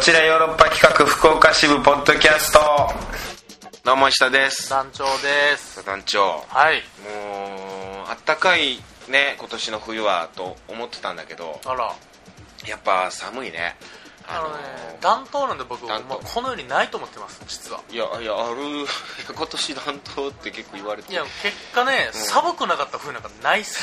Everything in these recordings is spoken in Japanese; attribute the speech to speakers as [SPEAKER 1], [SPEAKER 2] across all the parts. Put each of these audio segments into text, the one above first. [SPEAKER 1] ちらヨーロッパ企画福岡支部ポッドキャストどうも石田です
[SPEAKER 2] 団長です
[SPEAKER 1] 団長
[SPEAKER 2] はい
[SPEAKER 1] もうあったかいね今年の冬はと思ってたんだけど
[SPEAKER 2] あら
[SPEAKER 1] やっぱ寒いね
[SPEAKER 2] あのね
[SPEAKER 1] あ
[SPEAKER 2] 暖冬なんで僕、まあ
[SPEAKER 1] 暖冬
[SPEAKER 2] この世にないと思ってます実はい
[SPEAKER 1] やいやある今年暖冬って結構言われ
[SPEAKER 2] い
[SPEAKER 1] て
[SPEAKER 2] や結果ね、寒くなかった冬なんかないっす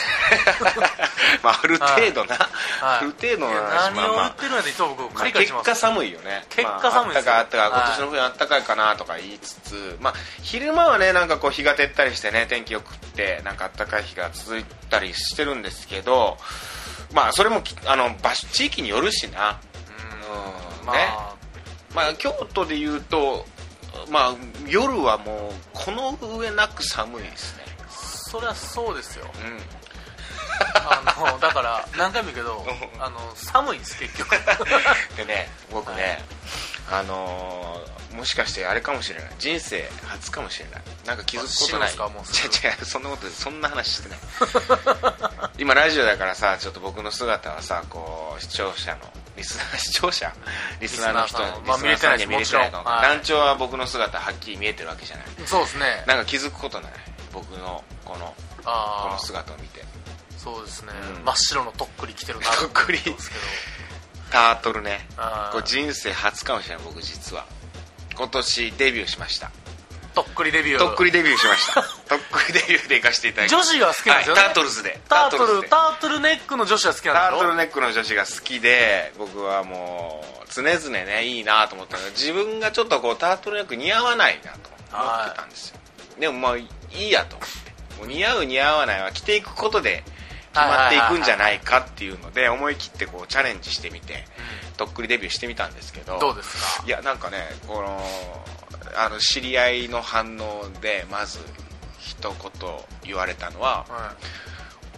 [SPEAKER 1] まあある程度な、
[SPEAKER 2] はい
[SPEAKER 1] ある程度の
[SPEAKER 2] いや
[SPEAKER 1] 話まあ
[SPEAKER 2] 何
[SPEAKER 1] ま
[SPEAKER 2] を言
[SPEAKER 1] あ
[SPEAKER 2] ってるんやでいつも僕
[SPEAKER 1] まあ
[SPEAKER 2] カリカリし
[SPEAKER 1] 結
[SPEAKER 2] ます
[SPEAKER 1] 果寒いよね
[SPEAKER 2] 結果寒いですよ
[SPEAKER 1] まああったかいあったかい
[SPEAKER 2] はい
[SPEAKER 1] 今年の冬あったかいかなとか言いつつ、まあ、昼間はねなんかこう日が照ったりしてね天気よくってなんかあったかい日が続いたりしてるんですけどまあそれもきあの場所地域によるしなうん
[SPEAKER 2] ま
[SPEAKER 1] ね
[SPEAKER 2] あ、
[SPEAKER 1] まあ京都で言うとまあ夜はもうこの上なく寒いですね
[SPEAKER 2] そりゃそうですよ
[SPEAKER 1] うん
[SPEAKER 2] あのだ から何回も言うけどあの寒いんです結局
[SPEAKER 1] でね僕ね、あのーもしかしてあれかもしれない人生初かもしれないなんか気づくことない
[SPEAKER 2] 死ぬんすかもうすぐ
[SPEAKER 1] 違う違う そんなことそんな話してない 今ラジオだからさちょっと僕の姿はさこう視聴者のリスナー 視聴者リスナーの人
[SPEAKER 2] リ
[SPEAKER 1] に
[SPEAKER 2] スナーさんまあ
[SPEAKER 1] リスナーさんには
[SPEAKER 2] 見
[SPEAKER 1] 見
[SPEAKER 2] れ
[SPEAKER 1] れ
[SPEAKER 2] て
[SPEAKER 1] て
[SPEAKER 2] な
[SPEAKER 1] ないいかも
[SPEAKER 2] ですもちろんはい
[SPEAKER 1] 団長は僕の姿はっきり見えてるわけじゃない
[SPEAKER 2] そうですね
[SPEAKER 1] なんか気づくことない僕のこのこ
[SPEAKER 2] あ
[SPEAKER 1] の
[SPEAKER 2] あ
[SPEAKER 1] 姿を見て
[SPEAKER 2] そうですね、
[SPEAKER 1] うん
[SPEAKER 2] 真っ白のとっくり着てるな
[SPEAKER 1] とっくり
[SPEAKER 2] 思うんですけど
[SPEAKER 1] タートルね
[SPEAKER 2] あー
[SPEAKER 1] これ人生初かもしれない僕実は今年デビューしました
[SPEAKER 2] とっくりデビュー
[SPEAKER 1] とっくりデビューしました とっくりデビューで行かせていただきま
[SPEAKER 2] 女
[SPEAKER 1] し
[SPEAKER 2] 子が好き
[SPEAKER 1] た
[SPEAKER 2] なんですよね、
[SPEAKER 1] はい、タートルズで
[SPEAKER 2] タート
[SPEAKER 1] ズ
[SPEAKER 2] ル
[SPEAKER 1] で
[SPEAKER 2] タートルネックの女子は好き
[SPEAKER 1] タ
[SPEAKER 2] なん
[SPEAKER 1] ー
[SPEAKER 2] で
[SPEAKER 1] ト
[SPEAKER 2] し
[SPEAKER 1] ル
[SPEAKER 2] ょ
[SPEAKER 1] ネックの女子が好きで僕はもう常々ねいいなと思ったのが自分がちょっとこうタートルネック似合わないなと思ってたんですよ、でもまあいいやと思ってもう似合う似合わないは着ていくことで決まっていくんじゃないかっていうので思い切ってこうチャレンジしてみてとっくりデビューしてみたんですけど
[SPEAKER 2] どうですか
[SPEAKER 1] いやなんかねこのあの知り合いの反応でまず一言言われたのは
[SPEAKER 2] はい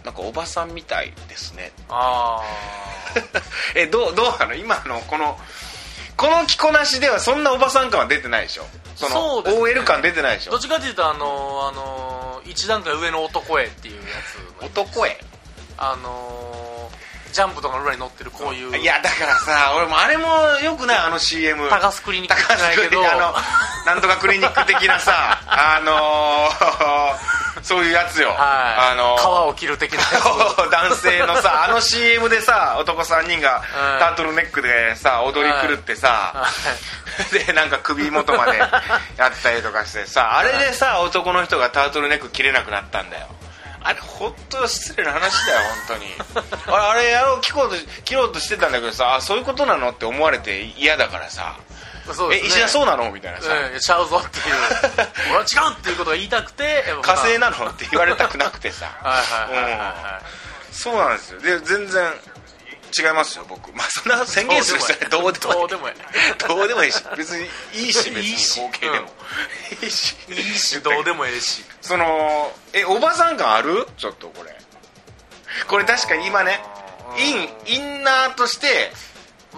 [SPEAKER 1] 「なんかおばさんみたいですね
[SPEAKER 2] あ」
[SPEAKER 1] えどうどうなの今のこのこの着こなしではそんなおばさん感は出てないでしょその
[SPEAKER 2] そうですね
[SPEAKER 1] OL 感出てないでし
[SPEAKER 2] あど
[SPEAKER 1] ょ
[SPEAKER 2] っちかっていうとあのー、あのー、一段階上の男へっていうやつ
[SPEAKER 1] 男へ
[SPEAKER 2] あのー、ジャンプとかの裏に乗ってるこういう
[SPEAKER 1] いやだからさ俺もあれもよくないあの CM
[SPEAKER 2] 高須クリニックじ
[SPEAKER 1] 高
[SPEAKER 2] ゃない
[SPEAKER 1] 須
[SPEAKER 2] け
[SPEAKER 1] ク
[SPEAKER 2] ど
[SPEAKER 1] リあのなんとかクリニック的なさあのー そういうやつよ、
[SPEAKER 2] はい、
[SPEAKER 1] あのー
[SPEAKER 2] 皮を切る的なや つ
[SPEAKER 1] 男性のさあの CM でさ男3人が
[SPEAKER 2] うん
[SPEAKER 1] タートルネックでさ踊り狂ってさ、 でなんか首元までやったりとかしてさあれでさ男の人がタートルネック切れなくなったんだよあれ本当失礼な話だよ本当 にあれあれやろう聞こうと切ろうとしてたんだけどさあそういうことなのって思われて嫌だからさ
[SPEAKER 2] そう
[SPEAKER 1] え
[SPEAKER 2] ですね
[SPEAKER 1] 石田そうなのみたいなさ、
[SPEAKER 2] うん、ちゃうぞっていう俺は違うっていうことが言いたくてやっぱ
[SPEAKER 1] 火星なのって言われたくなくてさ
[SPEAKER 2] はいはいはいはい、はい
[SPEAKER 1] そうなんですよで全然違いますよ僕まあそんな宣言する人はどうでもいい
[SPEAKER 2] どうでもいい
[SPEAKER 1] どうでもいいし 別に いいし別
[SPEAKER 2] いいし
[SPEAKER 1] に合計でもいいし
[SPEAKER 2] い いしどうでもええし
[SPEAKER 1] そのえおばさん感あるちょっとこれこれ確かに今ねインインナーとして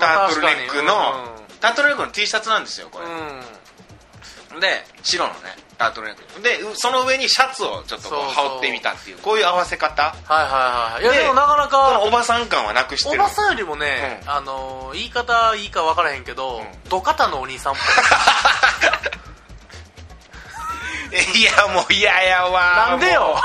[SPEAKER 1] タートルネックの、
[SPEAKER 2] まあ確かに
[SPEAKER 1] タートルネックの T シャツなんですよこれ、
[SPEAKER 2] う
[SPEAKER 1] で白のねタートルネックでうその上にシャツをちょっとこう
[SPEAKER 2] そうそう
[SPEAKER 1] 羽織ってみたっていうこういう合わせ方
[SPEAKER 2] んはいはいはいいや
[SPEAKER 1] で
[SPEAKER 2] でもなかな
[SPEAKER 1] この
[SPEAKER 2] か
[SPEAKER 1] おばさん感はなくして
[SPEAKER 2] お
[SPEAKER 1] る
[SPEAKER 2] ばさんよりもね、
[SPEAKER 1] うん
[SPEAKER 2] あのー言い方いいか分からへんけど、
[SPEAKER 1] ん
[SPEAKER 2] ドカタのお兄さ んっぽい
[SPEAKER 1] いやもう嫌やわ
[SPEAKER 2] なんでよ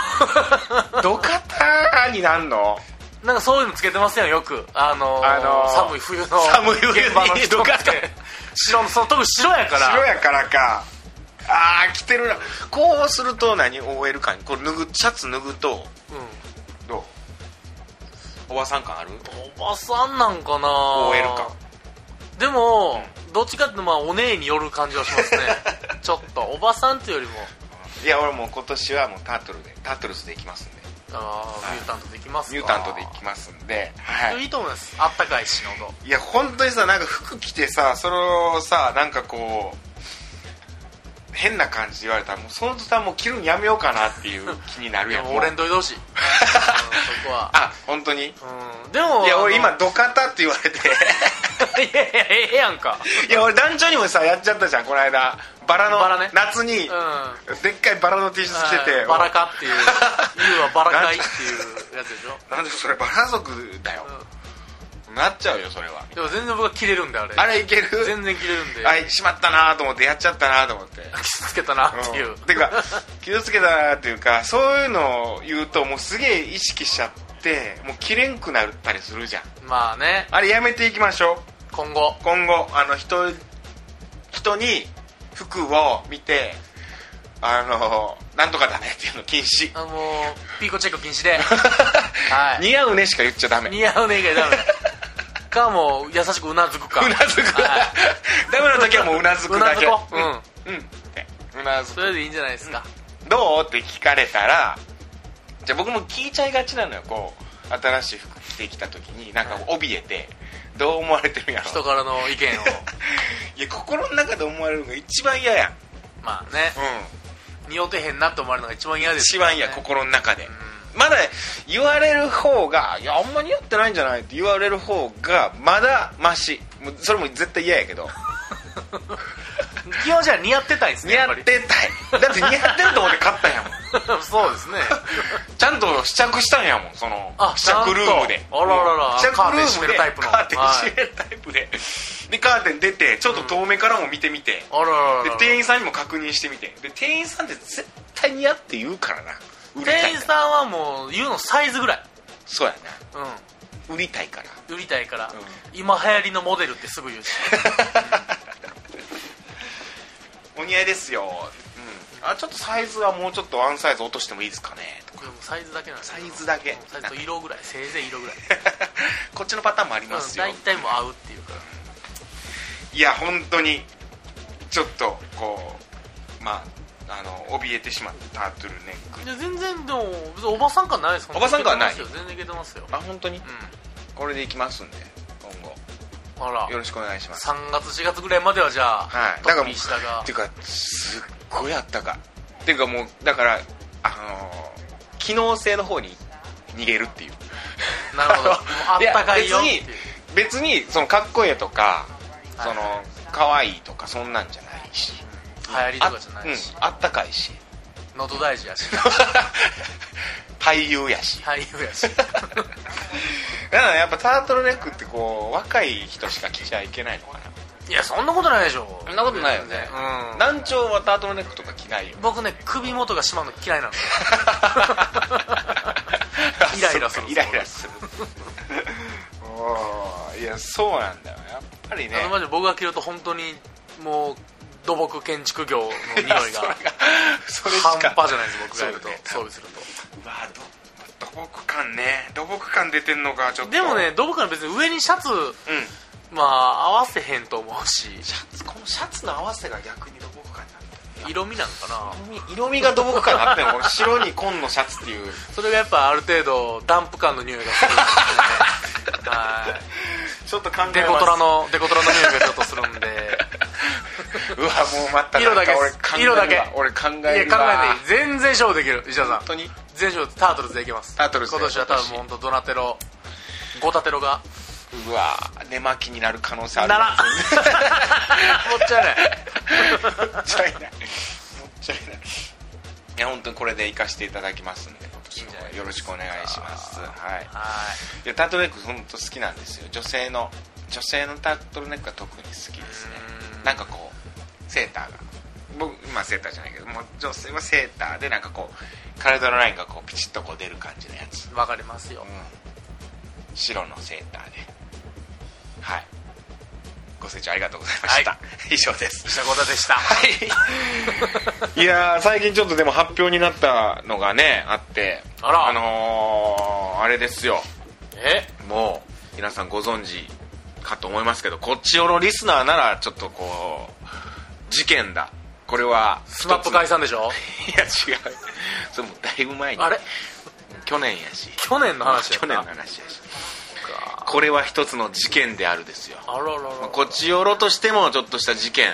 [SPEAKER 1] もうドカターになんの
[SPEAKER 2] なんかそういうのつけてますよよくあのー
[SPEAKER 1] あのー
[SPEAKER 2] 寒い冬の
[SPEAKER 1] 寒い冬に
[SPEAKER 2] 現場の人
[SPEAKER 1] ドカタ
[SPEAKER 2] って白のその特に白やから
[SPEAKER 1] 白やからかああ着てるなこうすると何 OL 感これ脱ぐシャツ脱ぐとどうおばさん感ある
[SPEAKER 2] うん、おばさんなんかな
[SPEAKER 1] OL 感
[SPEAKER 2] でも、どっちかっていうとまあお姉による感じは しますねちょっとおばさんっていうよりも
[SPEAKER 1] いや俺もう今年はもうタートルでタートルズで行きますんで
[SPEAKER 2] あーミュータントできますか
[SPEAKER 1] ミュータントで行きますんではい
[SPEAKER 2] いいと思いますあったかいし喉
[SPEAKER 1] いや本当にさなんか服着てさそれをさなんかこう変な感じで言われたらもうその途端もう着るんやめようかなっていう気になる
[SPEAKER 2] で
[SPEAKER 1] やん
[SPEAKER 2] も俺んといてほしいうんそこは
[SPEAKER 1] あ本当にい
[SPEAKER 2] うんでも
[SPEAKER 1] や俺
[SPEAKER 2] あの
[SPEAKER 1] 今ドカタって言われて
[SPEAKER 2] いやいやええやんか
[SPEAKER 1] いや俺団長にもさやっちゃったじゃんこの間バラの
[SPEAKER 2] バラね
[SPEAKER 1] 夏に、
[SPEAKER 2] うんは
[SPEAKER 1] でっかいバラの T シャツ着てて、
[SPEAKER 2] いバラか っていう言うはバラかいっていうやつでしょ
[SPEAKER 1] なんでそれバラ族だよ、
[SPEAKER 2] うん
[SPEAKER 1] 何なっちゃうよそれは
[SPEAKER 2] でも全然僕は切れるんであれ
[SPEAKER 1] あれいける
[SPEAKER 2] 全然切れるんで、
[SPEAKER 1] はいしまったなと思ってやっちゃったなと思って
[SPEAKER 2] 傷つけたなっていう、
[SPEAKER 1] うんてか傷つけたなっていうかそういうのを言うともうすげえ意識しちゃってもう切れんくなったりするじゃん
[SPEAKER 2] まあね
[SPEAKER 1] あれやめていきましょう
[SPEAKER 2] 今後
[SPEAKER 1] 今後あの人人に服を見てあのなんとかだねっていうの禁止
[SPEAKER 2] あのピーコチェック禁 止ではい
[SPEAKER 1] 似合うねしか言っちゃダメ
[SPEAKER 2] 似合うね以 外ダメかもう優しくうなずくか
[SPEAKER 1] うなずく
[SPEAKER 2] はい
[SPEAKER 1] ダメな時はもううなずくだけ
[SPEAKER 2] うなずこううん
[SPEAKER 1] うんってうなず
[SPEAKER 2] そ
[SPEAKER 1] く
[SPEAKER 2] れでいいんじゃないですか、
[SPEAKER 1] どうって聞かれたらじゃあ僕も聞いちゃいがちなのよこう新しい服着てきた時になんか怯えてどう思われてるんやろ
[SPEAKER 2] 人からの意 見を
[SPEAKER 1] いや心の中で思われるのが一番嫌やん、
[SPEAKER 2] まあね似合うてへんなって思われるのが一番嫌です
[SPEAKER 1] 一
[SPEAKER 2] よね
[SPEAKER 1] 番嫌心の中で、
[SPEAKER 2] う
[SPEAKER 1] まだ言われる方が「いやあんま似合ってないんじゃない?」って言われる方がまだマシもうそれも絶対嫌やけど
[SPEAKER 2] 基本じゃあ似合ってたいんですね
[SPEAKER 1] 似
[SPEAKER 2] や
[SPEAKER 1] 合っ
[SPEAKER 2] っぱり
[SPEAKER 1] てたいだって似合ってると思って買ったんやもん
[SPEAKER 2] そうですね
[SPEAKER 1] ちゃんと試着したんやもんその
[SPEAKER 2] あ
[SPEAKER 1] 試着ルームで
[SPEAKER 2] ちゃんとあららら
[SPEAKER 1] 試着ル
[SPEAKER 2] カーテン閉
[SPEAKER 1] ーム
[SPEAKER 2] め
[SPEAKER 1] で
[SPEAKER 2] るタイプの
[SPEAKER 1] カーテン閉めるタイプで、でカーテン出てちょっと遠目からも見てみて、
[SPEAKER 2] あららら
[SPEAKER 1] で
[SPEAKER 2] ら
[SPEAKER 1] 店員さんにも確認してみてで店員さんって絶対似合って言うからな売りたいから
[SPEAKER 2] 店員さんはもう言うのサイズぐらい
[SPEAKER 1] そうや
[SPEAKER 2] う
[SPEAKER 1] な売りたいから
[SPEAKER 2] ん売りたいから、
[SPEAKER 1] う
[SPEAKER 2] 今流行りのモデルってすぐ言うし
[SPEAKER 1] お似合いですよ、うん、あちょっとサイズはもうちょっとワンサイズ落としてもいいですかねとか
[SPEAKER 2] でもサイズだけなんです
[SPEAKER 1] サ
[SPEAKER 2] よ
[SPEAKER 1] イズだけ
[SPEAKER 2] サイズと色ぐらいせいぜい色 ぐらい
[SPEAKER 1] こっちのパターンもあり
[SPEAKER 2] うん
[SPEAKER 1] ますよ、
[SPEAKER 2] 大体もう合うっていうか
[SPEAKER 1] いや本当にちょっとこうまああの怯えてしまったタートルネック
[SPEAKER 2] らで全然でも別におばさん感ないです
[SPEAKER 1] おばさん感はない
[SPEAKER 2] 全然いけてますよ
[SPEAKER 1] あ本当に
[SPEAKER 2] う
[SPEAKER 1] これでいきますんで今
[SPEAKER 2] んあら
[SPEAKER 1] 後よろしくお願いします
[SPEAKER 2] 3月4月ぐらいまではじゃあ、
[SPEAKER 1] はい
[SPEAKER 2] ト
[SPEAKER 1] だから
[SPEAKER 2] ッピー下が
[SPEAKER 1] っていうかすっごいあったかいっていうかもうだからあのー機能性の方に逃げるっていう
[SPEAKER 2] なるほ どもうあったかいよっ
[SPEAKER 1] い
[SPEAKER 2] てい
[SPEAKER 1] や
[SPEAKER 2] う
[SPEAKER 1] 別にそのかっこいいとか、
[SPEAKER 2] はい
[SPEAKER 1] その可愛いとかそんなんじゃないし
[SPEAKER 2] 流行りとかじゃないし、
[SPEAKER 1] あ,、うん、あったかい し
[SPEAKER 2] 喉大事やし
[SPEAKER 1] 俳優やし
[SPEAKER 2] 俳優やし
[SPEAKER 1] だからやっぱタートルネックってこう若い人しか着ちゃいけないのか
[SPEAKER 2] いやそんなことないでしょ
[SPEAKER 1] そんなことないよね
[SPEAKER 2] うん
[SPEAKER 1] な難聴はタートルネックとか着ないよ
[SPEAKER 2] 僕ね首元が締まるの 嫌いなのイライラす
[SPEAKER 1] そ
[SPEAKER 2] る
[SPEAKER 1] っ かイライラするおーいやそうなんだよやっぱりね
[SPEAKER 2] あのマジで僕が着ると本当にもう土木建築業の 匂いが
[SPEAKER 1] それがそれし
[SPEAKER 2] 半
[SPEAKER 1] か
[SPEAKER 2] 端じゃないです僕がやると
[SPEAKER 1] そうだね
[SPEAKER 2] 装備する
[SPEAKER 1] まあど土木感ね土木感出てんのかちょっ
[SPEAKER 2] と
[SPEAKER 1] と
[SPEAKER 2] でもね土木から別に上にシャツ
[SPEAKER 1] うん
[SPEAKER 2] まあ合わせへんと思 うし
[SPEAKER 1] シャツこのシャツの合わせが逆に土木感になってる
[SPEAKER 2] 色味なんかな
[SPEAKER 1] 色味色味が土木感になってるのこの白に紺のシャツっていう
[SPEAKER 2] それがやっぱある程度ダンプ感の匂いがするんです よねはい
[SPEAKER 1] ちょっと考えます
[SPEAKER 2] デコトラのデコトラの匂いがちょっとするんで
[SPEAKER 1] うわもう待った
[SPEAKER 2] 色だけ
[SPEAKER 1] なんか
[SPEAKER 2] 色
[SPEAKER 1] 俺考
[SPEAKER 2] だ
[SPEAKER 1] える
[SPEAKER 2] け
[SPEAKER 1] わ俺考える
[SPEAKER 2] い
[SPEAKER 1] わ
[SPEAKER 2] や考えていい全然勝負できる石田さん
[SPEAKER 1] 本当に
[SPEAKER 2] 全勝タートルズでいけます
[SPEAKER 1] タートルズで
[SPEAKER 2] 今年は多分もう本当ドナテロゴタテロが
[SPEAKER 1] うわ寝巻きになる可能性あ
[SPEAKER 2] な
[SPEAKER 1] る
[SPEAKER 2] らもっちゃいない
[SPEAKER 1] もったいないもったいない いや本当にこれで行かせていただきますんで今年
[SPEAKER 2] いいんじゃないです
[SPEAKER 1] もよ
[SPEAKER 2] か
[SPEAKER 1] ろしくお願いしますはい
[SPEAKER 2] はい
[SPEAKER 1] やタートルネック本当好きなんですよ女性の女性のタートルネックは特に好きですね
[SPEAKER 2] うん
[SPEAKER 1] なんかこうセーターが僕今セーターじゃないけどもう女性はセーターでなんかこう体のラインがこうピチッとこう出る感じのやつ、
[SPEAKER 2] いわかりますよ
[SPEAKER 1] うん白のセーターではいご清聴ありがとうございました、
[SPEAKER 2] は
[SPEAKER 1] 以上です
[SPEAKER 2] 石田ゴタでした
[SPEAKER 1] いやー最近ちょっとでも発表になったのがねあって
[SPEAKER 2] あら
[SPEAKER 1] のーあれですよ
[SPEAKER 2] え
[SPEAKER 1] もう皆さんご存知かと思いますけどこっちよのリスナーならちょっとこう事件だこれは
[SPEAKER 2] スマップ解
[SPEAKER 1] 散
[SPEAKER 2] 散でしょ
[SPEAKER 1] いや違うそれもうだいぶ前に
[SPEAKER 2] あれ
[SPEAKER 1] 去年やし
[SPEAKER 2] 去年の話やっ
[SPEAKER 1] 去
[SPEAKER 2] た
[SPEAKER 1] 年の話やしこれは一つの事件であるですよ
[SPEAKER 2] あららら
[SPEAKER 1] まあこっちよろとしてもちょっとした事件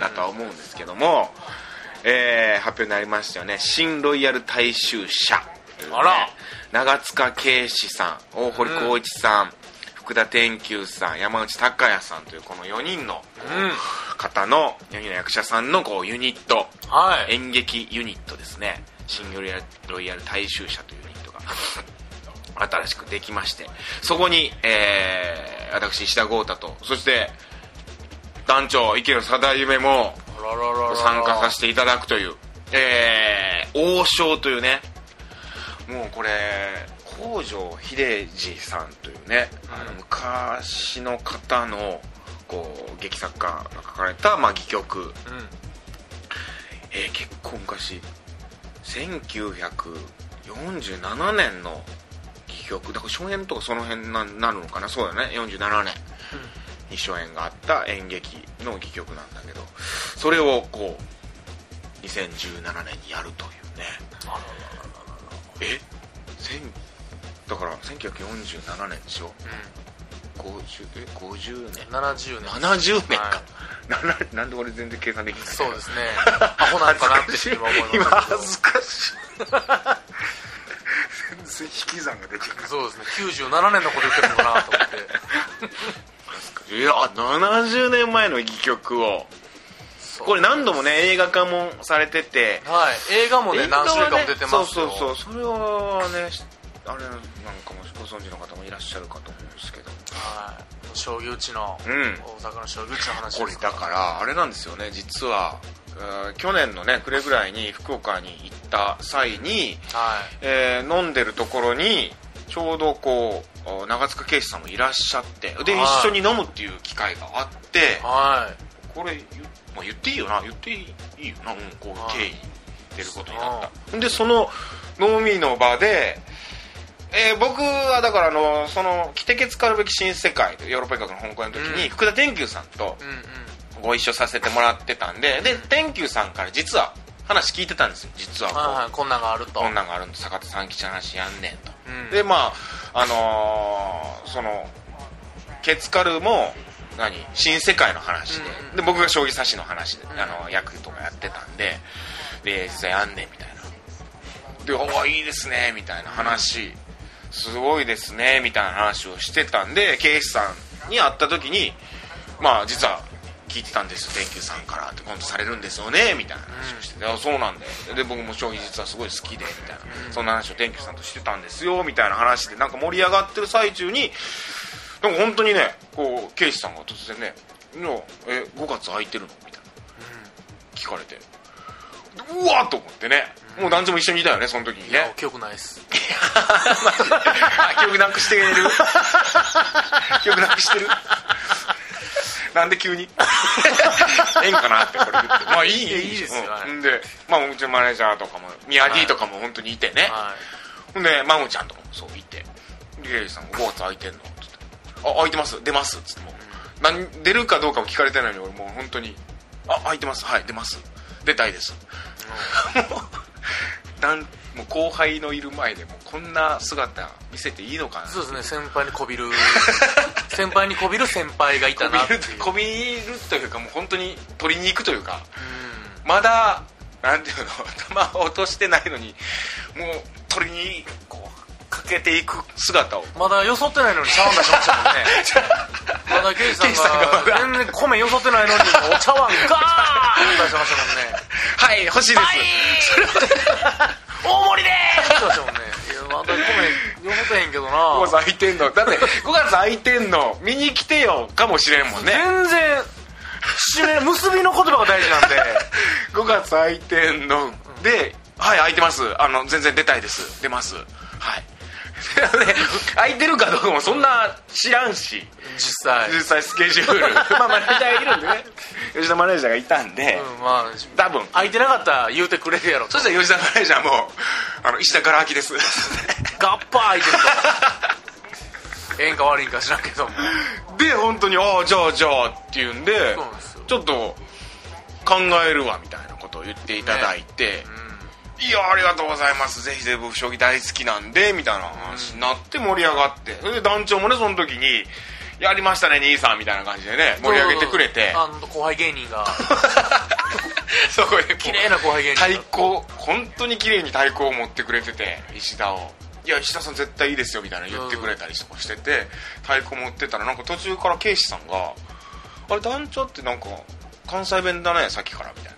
[SPEAKER 1] だとは思うんですけども、えー発表になりましたよね新ロイヤル大衆社というね
[SPEAKER 2] あら
[SPEAKER 1] 長塚圭史さん大堀浩一さん、福田天球さん山内孝也さんというこの4人の
[SPEAKER 2] うん
[SPEAKER 1] 方の4人の役者さんのこうユニット
[SPEAKER 2] はい
[SPEAKER 1] 演劇ユニットですね新ロイヤルロイヤル大衆社というユニットが 新しくできましてそこに、えー私石田豪太とそして団長池野貞夢も
[SPEAKER 2] あらららら
[SPEAKER 1] 参加させていただくという、えー、王将というねもうこれ北条秀治さんというね、あの
[SPEAKER 2] うん
[SPEAKER 1] 昔の方のこう劇作家が書かれた、まあ、戯曲、
[SPEAKER 2] うん
[SPEAKER 1] えー結構昔1947年の戯曲だから初演とかその辺ななるのかなそうだね47年に初演があった演劇の戯曲なんだけどそれをこう2017年にやるというねえ千だから1947年でしょ
[SPEAKER 2] う
[SPEAKER 1] 50え50年
[SPEAKER 2] んうん70年
[SPEAKER 1] 70年
[SPEAKER 2] は
[SPEAKER 1] か、なななんで俺全然計算できないい
[SPEAKER 2] そうですねアホなんかなって今思いましたけど
[SPEAKER 1] 今恥ずかしい全然引き算ができな
[SPEAKER 2] そうですね97年のこと言ってるのかなと思って
[SPEAKER 1] いいや70年前の戯曲を
[SPEAKER 2] そ う
[SPEAKER 1] これ何度もね映画化もされてて
[SPEAKER 2] はい映画もね
[SPEAKER 1] 映画は
[SPEAKER 2] 何
[SPEAKER 1] ね
[SPEAKER 2] 種類かも出てます
[SPEAKER 1] そう
[SPEAKER 2] よ
[SPEAKER 1] そうそうそれはねしあれなんかもご存知の方もいらっしゃるかと思うんですけど
[SPEAKER 2] はい将棋打ちの
[SPEAKER 1] う
[SPEAKER 2] 大
[SPEAKER 1] ん
[SPEAKER 2] 阪の将棋打ちの話
[SPEAKER 1] こ
[SPEAKER 2] で
[SPEAKER 1] れ
[SPEAKER 2] す
[SPEAKER 1] だからあれなんですよね実はえー去年のね暮れぐらいに福岡に行った際に、
[SPEAKER 2] はい
[SPEAKER 1] えー飲んでるところにちょうどこうお長塚圭史さんもいらっしゃってで
[SPEAKER 2] はい
[SPEAKER 1] 一緒に飲むっていう機会があって
[SPEAKER 2] はい
[SPEAKER 1] これ言,、まあ、言っていいよな言っていいいいよな、うん、こういう
[SPEAKER 2] はい
[SPEAKER 1] 経緯出ることになったでその飲みの場で、えー僕はだからあのその「来てけつかるべき新世界」ヨーロッパ企画の香港の時に、
[SPEAKER 2] うん
[SPEAKER 1] 福田天球さんと
[SPEAKER 2] うんうん
[SPEAKER 1] ご一緒させてもらってたんでで天球さんから実は話聞いてたんですよ実はこう、
[SPEAKER 2] はいはいこんなんがあると
[SPEAKER 1] こんなんがあるんで坂田三吉の話やんねんと、
[SPEAKER 2] うん
[SPEAKER 1] でまああのーそのケツカルも何新世界の話で,、
[SPEAKER 2] うんうん
[SPEAKER 1] で僕が将棋指しの話で、
[SPEAKER 2] ん
[SPEAKER 1] あの役とかやってたんでで実際やんねんみたいなで「おおいいですね」みたいな話、すごいですねみたいな話をしてたんで警視さんに会った時にまあ実は聞いてたんですよ電球さんからって今度されるんですよねみたいな話をしてて、あそうなんだよで僕も将棋実はすごい好きでみたいな、そんな話を電球さんとしてたんですよみたいな話でなんか盛り上がってる最中になんか本当にねこう警視さんが突然ね「いやえ5月空いてるの?」みたいな聞かれてうわっと思ってねもう団長も一緒にいたよねその時に
[SPEAKER 2] いや
[SPEAKER 1] ね
[SPEAKER 2] 記憶ないです
[SPEAKER 1] 記憶なくしてる記憶なくしてるなんで 急にええんかなってこれ言ってまあいい
[SPEAKER 2] いやいいですよはい
[SPEAKER 1] うん、んでまあうちのマネージャーとかもミヤディとかも本当にいてね、
[SPEAKER 2] は
[SPEAKER 1] ほんでマモちゃんとかもそういて「リレイさん5月空いてんの?」って言って「あ空いてます出ます」っつってもうなん出るかどうかも聞かれてないのに俺もう本当に「あ空いてますはい出ます出たいです」 もうなんもう後輩のいる前でもうこんな姿見せていいのかない
[SPEAKER 2] そうですね先輩にこびる先輩にこびる先輩がいたなって
[SPEAKER 1] こび
[SPEAKER 2] い
[SPEAKER 1] る
[SPEAKER 2] う
[SPEAKER 1] こびるというかもう本当に取りに行くというか
[SPEAKER 2] うん
[SPEAKER 1] まだなんていうの 頭を落としてないのにもう取りにこうかけていく姿を
[SPEAKER 2] まだよそってないのに茶碗出しましたもんね まだケイジさん
[SPEAKER 1] ケイジさんがまだ
[SPEAKER 2] が全然米よそってないのにお茶碗ガーン出してましたもんね
[SPEAKER 1] はい欲しいです、
[SPEAKER 2] 大盛りでーすって言ってましたもんねいやまだ米よそってへんけど
[SPEAKER 1] 5
[SPEAKER 2] な
[SPEAKER 1] 月空いてんのだって5月空いてんの見に来てよかもしれんもんね
[SPEAKER 2] 全然締め結びの言葉が大事なんで
[SPEAKER 1] 5月空いてんので「はい空いてますあの全然出たいです出ますはい」で空いてるかどうかもそんな知らんし
[SPEAKER 2] 実際
[SPEAKER 1] 実際スケジュールまあマネージャーがいるんでね 吉田マネージャーがいたんで、
[SPEAKER 2] うんまあ
[SPEAKER 1] 多分
[SPEAKER 2] 空いてなかったら言うてくれるやろ
[SPEAKER 1] そしたら吉田マネージャーも「あの石田から空きです」
[SPEAKER 2] ガッパー空いてるとええんか悪いんか知らんけども
[SPEAKER 1] で本当に「ああじゃあじゃあ」って言うんで
[SPEAKER 2] そうなんですよ
[SPEAKER 1] ちょっと考えるわみたいなことを言っていただいて、いやありがとうございますぜひぜひ僕将棋大好きなんでみたいな話になって盛り上がって、それで団長もねその時に「やりましたね兄さん」みたいな感じでね盛り上げてくれて
[SPEAKER 2] あの後輩芸人が
[SPEAKER 1] そこで 綺
[SPEAKER 2] 綺麗な後輩芸人が
[SPEAKER 1] 太鼓本当に綺麗に太鼓を持ってくれてて石田を「いや石田さん絶対いいですよ」みたいな言ってくれたりとかしてて太鼓持ってたらなんか途中から圭司さんが「あれ団長ってなんか関西弁だねさっきから」みたい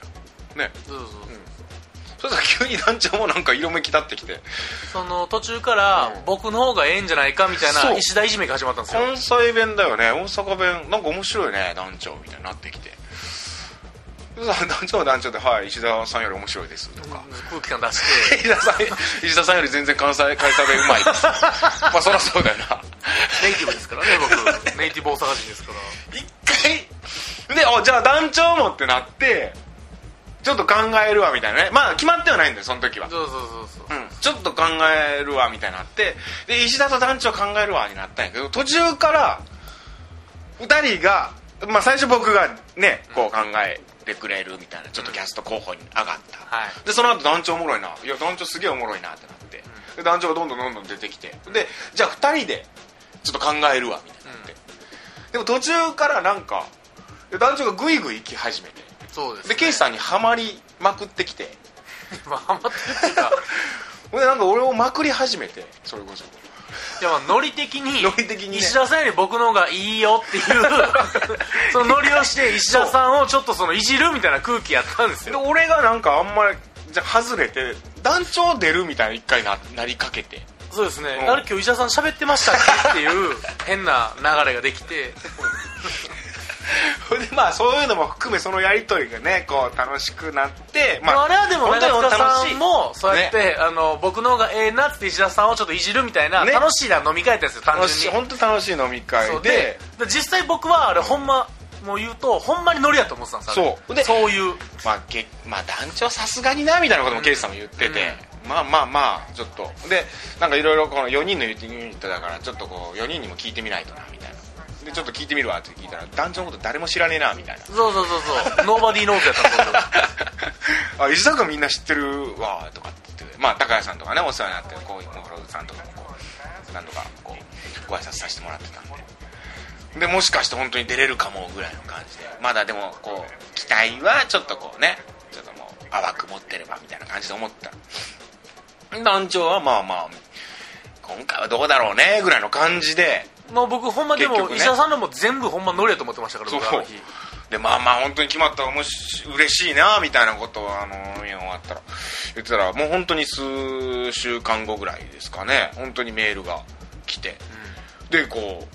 [SPEAKER 1] なね
[SPEAKER 2] そうそうそう
[SPEAKER 1] そしたら急に団長もなんか色めき立ってきて
[SPEAKER 2] その途中から僕の方がええんじゃないかみたい
[SPEAKER 1] そう
[SPEAKER 2] な石田いじめが始まったんですよ
[SPEAKER 1] 関西弁だよね大阪弁なんか面白いね団長みたいになってきてそしたら団長は団長で「はい石田さんより面白いです」とか
[SPEAKER 2] 空気感出し
[SPEAKER 1] 「 石田さん石田さんより全然関西関西 弁うまいです」まあそりゃそうだよな
[SPEAKER 2] てネイティブですからね僕ネイティブ大阪人ですから
[SPEAKER 1] 一回でおじゃあ団長もってなってちょっと考えるわみたいなねまあ決まってはないんだよその時は
[SPEAKER 2] そうそうそうそう、
[SPEAKER 1] ちょっと考えるわみたいになってで石田と団長考えるわになったんやけど途中から2人が、まあ、最初僕がねこう考えてくれるみたいなちょっとキャスト候補に上がった、
[SPEAKER 2] はい
[SPEAKER 1] でその後団長おもろいないや団長すげえおもろいなってなって、で団長がどんどんどんどん出てきてでじゃあ2人でちょっと考えるわみたいになって、でも途中からなんか団長がグイグイ行き始めて
[SPEAKER 2] そうです、
[SPEAKER 1] でケイシさんにはまりまくってきて
[SPEAKER 2] まあハマってるっていう か
[SPEAKER 1] ほんでなんか俺をまくり始めてそれこそ
[SPEAKER 2] いやまあノリ的に
[SPEAKER 1] ノリ的にね
[SPEAKER 2] 石田さんより僕の方がいいよ っていうそのノリをして石田さんをちょっとそのいじるみたいな空気やったんです
[SPEAKER 1] で
[SPEAKER 2] よ
[SPEAKER 1] 俺がなんかあんまりじゃあ外れて団長出るみたいな一回ななりかけて
[SPEAKER 2] そうですね、
[SPEAKER 1] うん
[SPEAKER 2] あれ今日石田さん喋ってましたっけって いう変な流れができて
[SPEAKER 1] ほんでまあそういうのも含めそのやり取りがねこう楽しくなってま
[SPEAKER 2] あれはでも
[SPEAKER 1] 本当に
[SPEAKER 2] 長塚さん
[SPEAKER 1] 楽し
[SPEAKER 2] もそうやって、あの僕の方がええなっつって石田さんをちょっといじるみたいな、
[SPEAKER 1] ね
[SPEAKER 2] 楽しいな飲み会やったんですよ
[SPEAKER 1] い
[SPEAKER 2] 単
[SPEAKER 1] 楽しい
[SPEAKER 2] 純に
[SPEAKER 1] 本当楽しい飲み
[SPEAKER 2] そ
[SPEAKER 1] 会
[SPEAKER 2] う
[SPEAKER 1] で
[SPEAKER 2] でで実際僕はあれほんまもう言うとほんまにノリやと思ってたんですよ
[SPEAKER 1] そう
[SPEAKER 2] で
[SPEAKER 1] で
[SPEAKER 2] そういう
[SPEAKER 1] まあ、げまあ団長さすがになみたいなこともケイシさんも言ってて、まあまあまあちょっとでなんかいろいろこの4人のユニットだからちょっとこう4人にも聞いてみないとなみたいなでちょっと聞いてみるわって聞いたら団長のこと誰も知らねえなみたいな
[SPEAKER 2] そうそうそうそうノーバディーノーズやったんですよ
[SPEAKER 1] あ石坂みんな知ってるわとかって言ってまあ高谷さんとかねお世話になってるこう小黒さんとかもこう何度かこうご挨拶させてもらってたんででもしかして本当に出れるかもぐらいの感じでまだでもこう期待はちょっとこうねちょっともう淡く持ってればみたいな感じで思ってた団長はまあまあ今回はどうだろうねぐらいの感じで
[SPEAKER 2] 僕もう僕ほんまで
[SPEAKER 1] 結
[SPEAKER 2] も、
[SPEAKER 1] 局ね
[SPEAKER 2] 石田さんのも全部ほんまノリやと思ってましたから
[SPEAKER 1] そう
[SPEAKER 2] 僕あの日
[SPEAKER 1] でまあまあ本当に決まったらもし嬉しいなみたいなことをあの見終わったら言ってたらもう本当に数週間後ぐらいですかね本当にメールが来て、でこ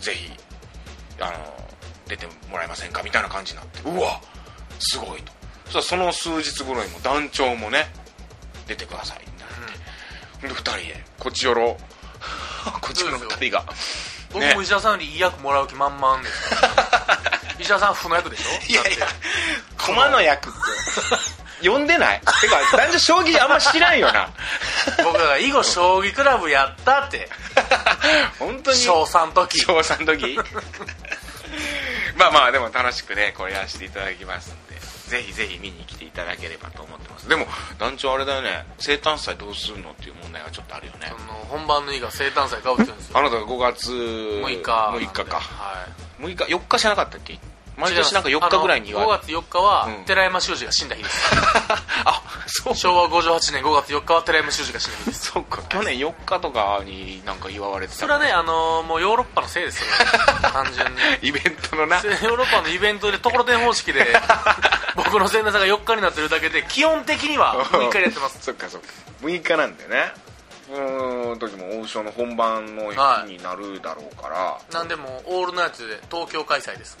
[SPEAKER 1] うぜひあの出てもらえませんかみたいな感じになってうわすごいとそしたらその数日後にも団長もね出てくださいみたいになって、で2人でこっちよろ こっちの2人が
[SPEAKER 2] 僕も石田さんよりいい役もらう気満々で すから石田さん負の役でしょ
[SPEAKER 1] いやいや駒の役って呼んでないてか男女将棋あんま知らんよな
[SPEAKER 2] 僕が囲碁将棋クラブやったって
[SPEAKER 1] 本当に
[SPEAKER 2] 小3時
[SPEAKER 1] 小3の時まあまあでも楽しくねこれやらせていただきますんでぜひぜひ見に来ていただければと思ってますでも団長あれだよね生誕祭どうするのっていう問題がちょっとあるよね
[SPEAKER 2] あの本番の日が生誕祭かぶってるんですよ
[SPEAKER 1] あなたが5月
[SPEAKER 2] 6
[SPEAKER 1] 6
[SPEAKER 2] 日
[SPEAKER 1] 6日か
[SPEAKER 2] はい
[SPEAKER 1] 6日4日じゃなかったっけ毎年なんか4日ぐらいに言
[SPEAKER 2] 5
[SPEAKER 1] われて
[SPEAKER 2] 月4日は
[SPEAKER 1] うん
[SPEAKER 2] 寺山修司が死んだ日です
[SPEAKER 1] あそう
[SPEAKER 2] 昭和58年5月4日は寺山修司が死んだ日です
[SPEAKER 1] そうか去年4日とかになんか祝われてた
[SPEAKER 2] それはねあのーもうヨーロッパのせいですよ単純に
[SPEAKER 1] イベントのな
[SPEAKER 2] ヨーロッパのイベントでところてん方 式で僕の生誕祭が4日になってるだけで基本的には6日でやってま す
[SPEAKER 1] そっかそっか6日なんだよねうーん時も王将の本番の日
[SPEAKER 2] はい
[SPEAKER 1] になるだろうから、
[SPEAKER 2] なんでもオールナイトで東京開催です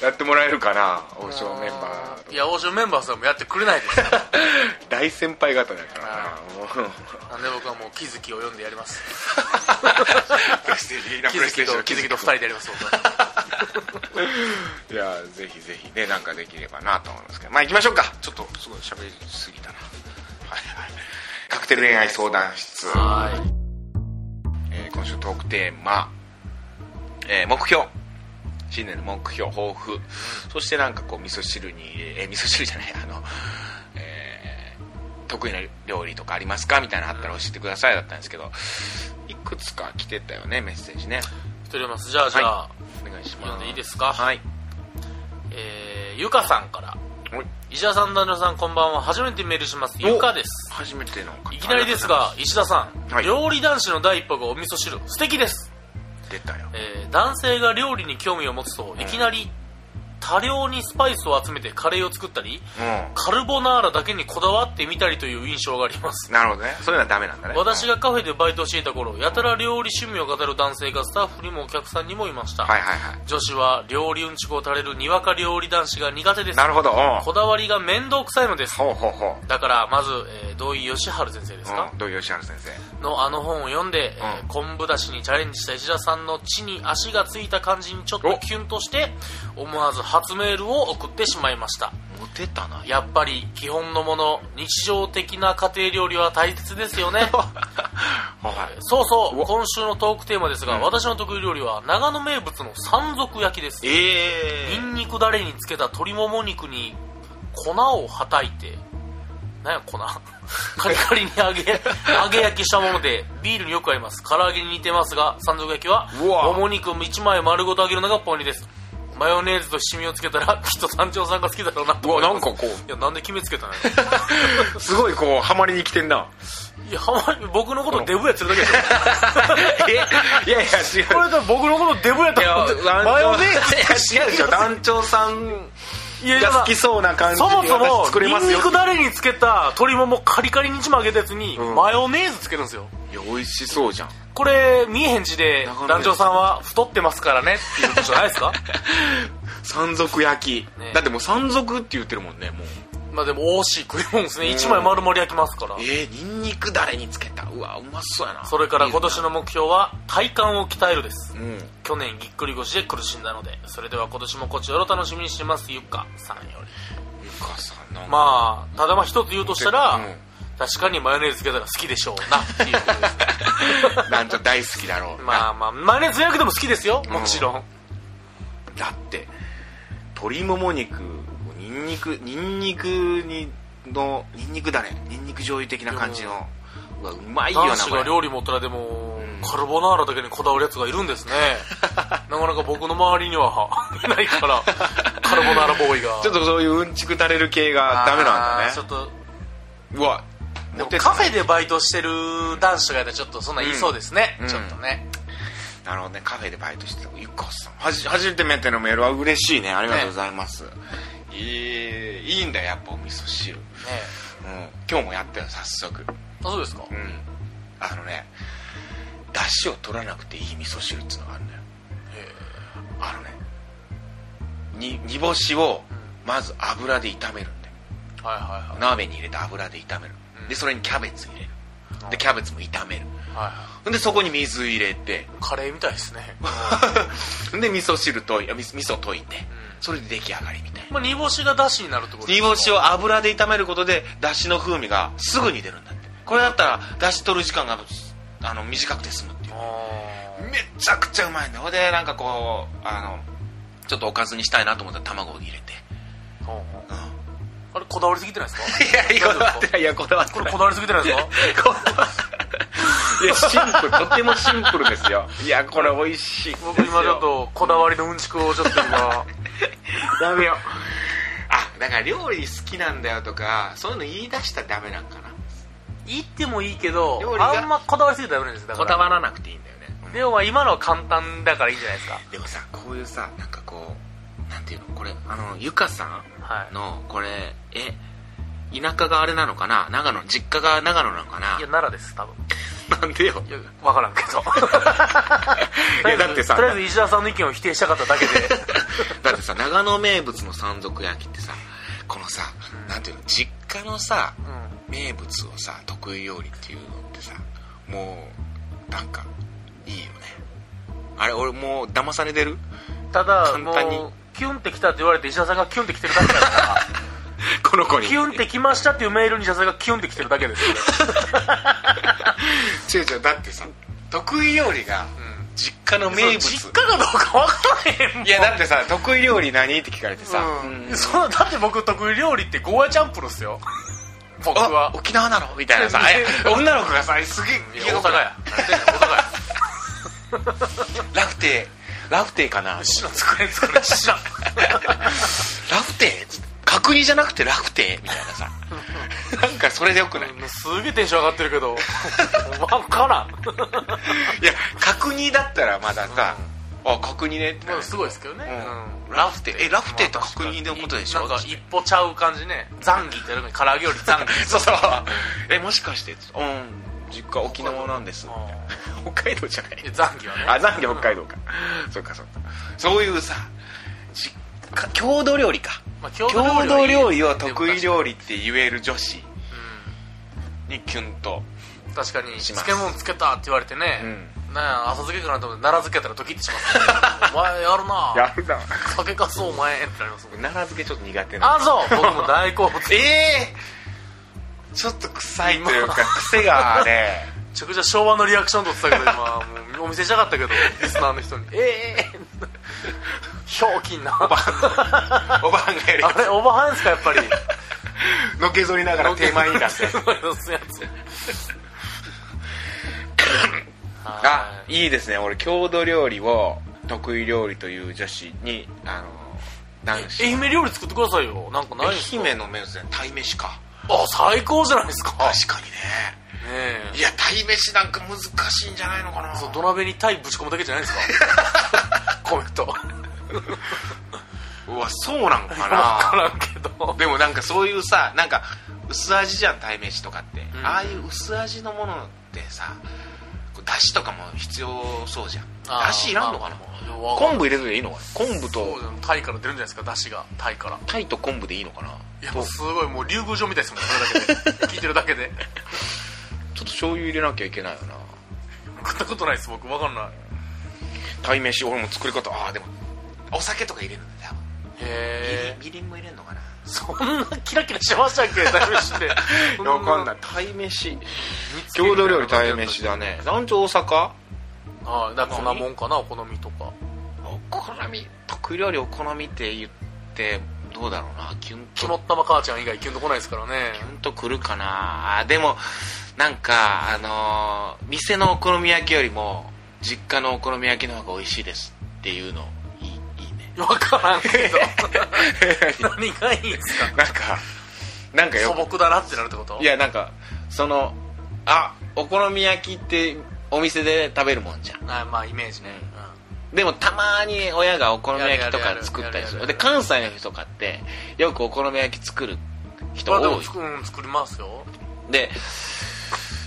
[SPEAKER 1] やってもらえるかな王将メン バーと
[SPEAKER 2] いや王将メンバーさんもやってくれないです
[SPEAKER 1] 大先輩方だから
[SPEAKER 2] あ
[SPEAKER 1] なもう
[SPEAKER 2] なんで僕はもう気づきを読んでやります
[SPEAKER 1] プレステージいいな プ
[SPEAKER 2] 気づ
[SPEAKER 1] レステ
[SPEAKER 2] き
[SPEAKER 1] ージ
[SPEAKER 2] と
[SPEAKER 1] の
[SPEAKER 2] 気づきと2人でやります僕は
[SPEAKER 1] いやぜひぜひねなんかできればなと思いますけどまあ行きましょうかちょっとすごい喋りすぎたなはいはいカクテル恋愛相談室、
[SPEAKER 2] はい
[SPEAKER 1] えー今週トークテーマ、えー目標新年の目標抱負そしてなんかこう味噌汁に入れ、えー味噌汁じゃないあの、えー得意な料理とかありますかみたいなのあったら教えてくださいだったんですけどいくつか来てたよねメッセージね
[SPEAKER 2] 一人いますじゃあじゃあ、
[SPEAKER 1] お願いします
[SPEAKER 2] 読んでいいですか
[SPEAKER 1] はい
[SPEAKER 2] えーゆかさんから
[SPEAKER 1] おい
[SPEAKER 2] 石田さん旦那さんこんばんは初めてメールします
[SPEAKER 1] お
[SPEAKER 2] ゆかです
[SPEAKER 1] 初めての方
[SPEAKER 2] いきなりですが石田さん、
[SPEAKER 1] はい
[SPEAKER 2] 料理男子の第一歩がお味噌汁素敵です、
[SPEAKER 1] 出たよ
[SPEAKER 2] えー男性が料理に興味を持つといきなり、多量にスパイスを集めてカレーを作ったり
[SPEAKER 1] う
[SPEAKER 2] カルボナーラだけにこだわってみたりという印象があります
[SPEAKER 1] んなるほどねそういうのはダメなんだね
[SPEAKER 2] 私
[SPEAKER 1] が
[SPEAKER 2] がカフェでバイトしていた頃やたら料理趣味を語る男性がスタッフにもお客さんにもいました、
[SPEAKER 1] はいはいは
[SPEAKER 2] 女子は料理うんちくを垂れるにわか料理男子が苦手で
[SPEAKER 1] い
[SPEAKER 2] す
[SPEAKER 1] なるほどうん
[SPEAKER 2] こだわりが面倒くさいのです
[SPEAKER 1] ほうほうほう
[SPEAKER 2] だからまず、えー、土井善治先生ですか、
[SPEAKER 1] うん、土井善晴先生
[SPEAKER 2] のあの本を読んで、えー
[SPEAKER 1] うん
[SPEAKER 2] 昆布だしにチャレンジした石田さんの地に足がついた感じにちょっと
[SPEAKER 1] お
[SPEAKER 2] キュンとして思わず初メールを送ってしまいました
[SPEAKER 1] モテたな
[SPEAKER 2] やっぱり基本のもの日常的な家庭料理は大切です よね
[SPEAKER 1] はい
[SPEAKER 2] そうそうう
[SPEAKER 1] わ
[SPEAKER 2] 今週のトークテーマですが、
[SPEAKER 1] うん
[SPEAKER 2] 私の得意料理は長野名物の山賊焼きです
[SPEAKER 1] え
[SPEAKER 2] ニンニクだれにつけた鶏もも肉に粉をはたいてなんや粉 カリカリに 揚げ揚げ焼きしたものでビールによく合います唐揚げに似てますが山賊焼きは
[SPEAKER 1] うわ
[SPEAKER 2] もも肉を1枚丸ごと揚げるのがポイントですマヨネーズと七味をつけたら きっと山頂さんが好きだろうなと
[SPEAKER 1] うわ
[SPEAKER 2] 思
[SPEAKER 1] な
[SPEAKER 2] います
[SPEAKER 1] んかこ
[SPEAKER 2] いやなんで決めつけたの
[SPEAKER 1] うすごいこうハマりに来てんな
[SPEAKER 2] いやあんまり僕のことデブやってる だけでし
[SPEAKER 1] えいやいや違う
[SPEAKER 2] ょこれで僕のことデブやと
[SPEAKER 1] い や
[SPEAKER 2] 思ってマヨネーズ
[SPEAKER 1] いや違うでし ょ団長さん
[SPEAKER 2] いやいや
[SPEAKER 1] が好きそうな感じ
[SPEAKER 2] そも
[SPEAKER 1] で
[SPEAKER 2] そも
[SPEAKER 1] 私作れ
[SPEAKER 2] ニ
[SPEAKER 1] ま
[SPEAKER 2] ン
[SPEAKER 1] す
[SPEAKER 2] ニ
[SPEAKER 1] よ
[SPEAKER 2] クだれにつけた鶏ももカリカリに一枚揚げたやつに
[SPEAKER 1] うん
[SPEAKER 2] マヨネーズつけるんですよ
[SPEAKER 1] いや美味しそうじゃん
[SPEAKER 2] これ見えへん字で
[SPEAKER 1] 長野
[SPEAKER 2] 団長さんは太ってますからねっていうことじゃないで すか
[SPEAKER 1] 山賊焼き、
[SPEAKER 2] ね
[SPEAKER 1] だってもう山賊って言ってるもんねもう
[SPEAKER 2] まあでも惜しい食い物ですね一枚丸々焼きますから
[SPEAKER 1] えー、ニンニクだれにつけたうわうまそうやな
[SPEAKER 2] それから今年の目標は体幹を鍛えるです
[SPEAKER 1] いいなうん
[SPEAKER 2] 去年ぎっくり腰で苦しんだのでそれでは今年もこちらを楽しみにしてますゆっかさんより
[SPEAKER 1] ゆかさんなんか
[SPEAKER 2] まあただまあ一つ言うとしたら、
[SPEAKER 1] うん
[SPEAKER 2] 確かにマヨネーズつけたら好きでしょうなっていうこ とですね
[SPEAKER 1] 団長大好きだろうな、
[SPEAKER 2] まあまあマヨネーズ焼くでも好きですよもちろん
[SPEAKER 1] だって鶏もも肉ニンニクニンニクにのニンニクだれニンニク醤油的な感じのうわうまいよな
[SPEAKER 2] 男子
[SPEAKER 1] こ
[SPEAKER 2] が
[SPEAKER 1] れ
[SPEAKER 2] 料理持ったらでも、
[SPEAKER 1] ん
[SPEAKER 2] カルボナーラだけにこだわるやつがいるん ですねなかなか僕の周りにはいない からカルボナーラボーイが
[SPEAKER 1] ちょっとそういううんちく垂れる系がダメなん
[SPEAKER 2] あーちょ
[SPEAKER 1] だ
[SPEAKER 2] っ
[SPEAKER 1] ね
[SPEAKER 2] と
[SPEAKER 1] うわ
[SPEAKER 2] で
[SPEAKER 1] モ
[SPEAKER 2] も
[SPEAKER 1] テた
[SPEAKER 2] カフェでバイトしてる男子とかいたらちょっとそんなん言いそうですね、
[SPEAKER 1] うん
[SPEAKER 2] ちょっとね、
[SPEAKER 1] なるほどねカフェでバイトしてたゆかさんはじ初めてメンテのメールは嬉しいねありがとうございます、いいいいんだよやっぱお味噌汁、うん、
[SPEAKER 2] ね
[SPEAKER 1] 今日もやったよ早速
[SPEAKER 2] あそうですか、
[SPEAKER 1] うんあのね出汁を取らなくていい味噌汁っつうのがあるんだよあのねに煮干しをまず油で炒めるんだよ
[SPEAKER 2] はいはいはい
[SPEAKER 1] 鍋に入れて油で炒める
[SPEAKER 2] うん
[SPEAKER 1] でそれにキャベツ入れる
[SPEAKER 2] うん
[SPEAKER 1] でキャベツも炒める
[SPEAKER 2] はいは
[SPEAKER 1] でそこに水入れて
[SPEAKER 2] いカレーみたいですね、
[SPEAKER 1] で味噌汁といや味噌味噌溶いてそれで出来上がりみたいな
[SPEAKER 2] まあ、煮干しが出汁になるってことです
[SPEAKER 1] 煮
[SPEAKER 2] か
[SPEAKER 1] 干しを油で炒めることで出汁の風味がすぐに出るんだってこれだったら出汁取る時間があの短くて済むっていう
[SPEAKER 2] あ
[SPEAKER 1] めちゃくちゃうまいんだよほいでなんかこうあのちょっとおかずにしたいなと思ったら卵を入れて
[SPEAKER 2] ーほうほう
[SPEAKER 1] うん
[SPEAKER 2] あれこだわりすぎてないですか
[SPEAKER 1] いやこだわってないいやこだわって
[SPEAKER 2] こ
[SPEAKER 1] な
[SPEAKER 2] れ
[SPEAKER 1] い
[SPEAKER 2] こだわりすぎてないですか
[SPEAKER 1] こだわっていやシンプルとてもシンプルですよいやこれ美味しいですよ
[SPEAKER 2] 僕今ちょっとこだわりのうんちくをちょっと今
[SPEAKER 1] ダメよあだから料理好きなんだよとかそういうの言い出したらダメなんかな
[SPEAKER 2] 言ってもいいけど
[SPEAKER 1] 料理が
[SPEAKER 2] あんまこだわりすぎてダメなんですだか
[SPEAKER 1] こ
[SPEAKER 2] ら
[SPEAKER 1] だわらなくていいんだよね、
[SPEAKER 2] でもまあ今のは簡単だからいいんじゃないですか
[SPEAKER 1] でもさこういうさなんかこうなんていうのこれあのゆかさ
[SPEAKER 2] は
[SPEAKER 1] ん
[SPEAKER 2] い
[SPEAKER 1] のこれえ田舎があれなのかな長野実家が長野なのかない
[SPEAKER 2] や奈良です多分
[SPEAKER 1] なんでよ
[SPEAKER 2] いや分からんけ ど
[SPEAKER 1] いやだってさ
[SPEAKER 2] とりあえず石田さんの意見を否定したかっただけで
[SPEAKER 1] だってさ長野名物の山賊焼きってさこのさなんていうの実家のさ
[SPEAKER 2] うん
[SPEAKER 1] 名物をさ得意料理っていうのってさもうなんかいいよねあれ俺もう騙されてる
[SPEAKER 2] ただ
[SPEAKER 1] 簡単に
[SPEAKER 2] もうキュンってきたって言われて石田さんがキュンってきてるだけだか
[SPEAKER 1] この子
[SPEAKER 2] ら
[SPEAKER 1] に
[SPEAKER 2] キュンってきましたっていうメールに石田さんがキュンってきてるだけですよ、
[SPEAKER 1] 違う違うだってさ得意料理が実家の 名
[SPEAKER 2] 名
[SPEAKER 1] 物
[SPEAKER 2] 物実家がどうか分からへんもん
[SPEAKER 1] いやだってさ得意料理何って聞かれてさ、
[SPEAKER 2] うんそんなだって僕得意料理ってゴーヤチャンプルっすよ僕
[SPEAKER 1] あ
[SPEAKER 2] は
[SPEAKER 1] 沖縄なのみたいな さえ女の子がさすげえ
[SPEAKER 2] いや大阪や
[SPEAKER 1] ラフテーラフテーかな
[SPEAKER 2] 知らん作れん作れん知らん
[SPEAKER 1] ラフテー角煮じゃなくてラフテーみたいな さなんかそれでよくない、い
[SPEAKER 2] すげえテンション上がってるけど分からん
[SPEAKER 1] や角煮だったらまださ、あ角煮ねって
[SPEAKER 2] まあ、すごいですけどね、
[SPEAKER 1] うん
[SPEAKER 2] うん
[SPEAKER 1] ラフテーえラフテーと
[SPEAKER 2] まあ確かに
[SPEAKER 1] 角煮のことでしょ
[SPEAKER 2] なんか一歩ちゃう感じねザンギってやるのに唐揚げよりザンギ
[SPEAKER 1] そうそうえもしかしてうん実家沖縄なんです
[SPEAKER 2] あ
[SPEAKER 1] 北海道じゃない
[SPEAKER 2] ーザンギは ね
[SPEAKER 1] あ残業北海道か、そっかそっかそういうさ実家郷土料理か
[SPEAKER 2] まあ
[SPEAKER 1] 郷
[SPEAKER 2] 郷
[SPEAKER 1] 土料理を得意
[SPEAKER 2] 理
[SPEAKER 1] 料理って言える女子にキュンと
[SPEAKER 2] 確かに
[SPEAKER 1] します
[SPEAKER 2] 漬物つけたって言われてね、なんや浅漬けかなと思って奈良漬けやったらドキッてします、 ね、お前やるな
[SPEAKER 1] るな
[SPEAKER 2] 酒かすお前ってなりますもん
[SPEAKER 1] 奈良漬けちょっと苦手な
[SPEAKER 2] あそう僕も大好物
[SPEAKER 1] ええちょっと臭いというか癖がね
[SPEAKER 2] めちゃくちゃ昭和のリアクションとってたけど今もうお見せしたかったけどリスナーの人にええひょうきんな
[SPEAKER 1] おばあんおばあんがやり
[SPEAKER 2] あれおばはんですかやっぱり
[SPEAKER 1] のけぞりながら手前に出して
[SPEAKER 2] 手前に出すやつ
[SPEAKER 1] あ
[SPEAKER 2] はい
[SPEAKER 1] いいですね俺郷土料理を得意料理という女子にあの男子
[SPEAKER 2] 愛媛料理作ってくださいよなんかないんですか
[SPEAKER 1] 愛媛の名物鯛飯か
[SPEAKER 2] あ最高じゃないですかね
[SPEAKER 1] 確かにね
[SPEAKER 2] え
[SPEAKER 1] いや鯛飯なんか難しいんじゃないのかな
[SPEAKER 2] そう土鍋にタイぶち込むだけじゃないですか コメント分
[SPEAKER 1] うわそうなのかな
[SPEAKER 2] からんけど
[SPEAKER 1] でもなんかそういうさなんか薄味じゃん鯛飯とかって、
[SPEAKER 2] ん
[SPEAKER 1] ああいう薄味のものってさこうだしとかも必要そうじゃん
[SPEAKER 2] あー
[SPEAKER 1] だしいらんのかな、
[SPEAKER 2] まあまあ
[SPEAKER 1] 昆布入れるでいいのかな昆布
[SPEAKER 2] そう
[SPEAKER 1] と
[SPEAKER 2] じゃんタイから出るんじゃないですか出汁がタイから
[SPEAKER 1] 鯛と昆布でいいのかない
[SPEAKER 2] や
[SPEAKER 1] と
[SPEAKER 2] もうすごいもう竜宮城みたいですもんそれだけで聞いてるだけで
[SPEAKER 1] ちょっと醤油入れなきゃいけないよな
[SPEAKER 2] 食ったことないです僕分かんない
[SPEAKER 1] 鯛飯俺も作り方ああでもお酒とか入れるんだよ
[SPEAKER 2] へえ
[SPEAKER 1] みりんみりんも入れるのかな
[SPEAKER 2] そんなキラキラしてましたっけ鯛飯って
[SPEAKER 1] わかんない鯛飯郷土料理鯛飯だね団長大阪
[SPEAKER 2] ああだからこんなもんかなお好みとか
[SPEAKER 1] お好み得意料理お好みって言ってどうだろうなキュンと
[SPEAKER 2] 肝っ玉母ちゃん以外キュンとこないですからね
[SPEAKER 1] キュンとくるかなあでもなんかあのー店のお好み焼きよりも実家のお好み焼きの方が美味しいですっていうのいいいいね
[SPEAKER 2] 分からんけど何がいいんですか
[SPEAKER 1] なんかなんか
[SPEAKER 2] 素
[SPEAKER 1] よく
[SPEAKER 2] 朴だなってなるってこと
[SPEAKER 1] いやなんかそのあお好み焼きってお店で食べるもんじゃん
[SPEAKER 2] あまあイメージね、
[SPEAKER 1] でもたまに親がお好み焼きと
[SPEAKER 2] やるや
[SPEAKER 1] か
[SPEAKER 2] る
[SPEAKER 1] 作ったりす
[SPEAKER 2] や
[SPEAKER 1] る
[SPEAKER 2] るやる
[SPEAKER 1] で関西の人とかってよくお好み焼き作る人
[SPEAKER 2] うん、まあで
[SPEAKER 1] 多
[SPEAKER 2] も
[SPEAKER 1] い
[SPEAKER 2] 作,、うん、作りますよ
[SPEAKER 1] で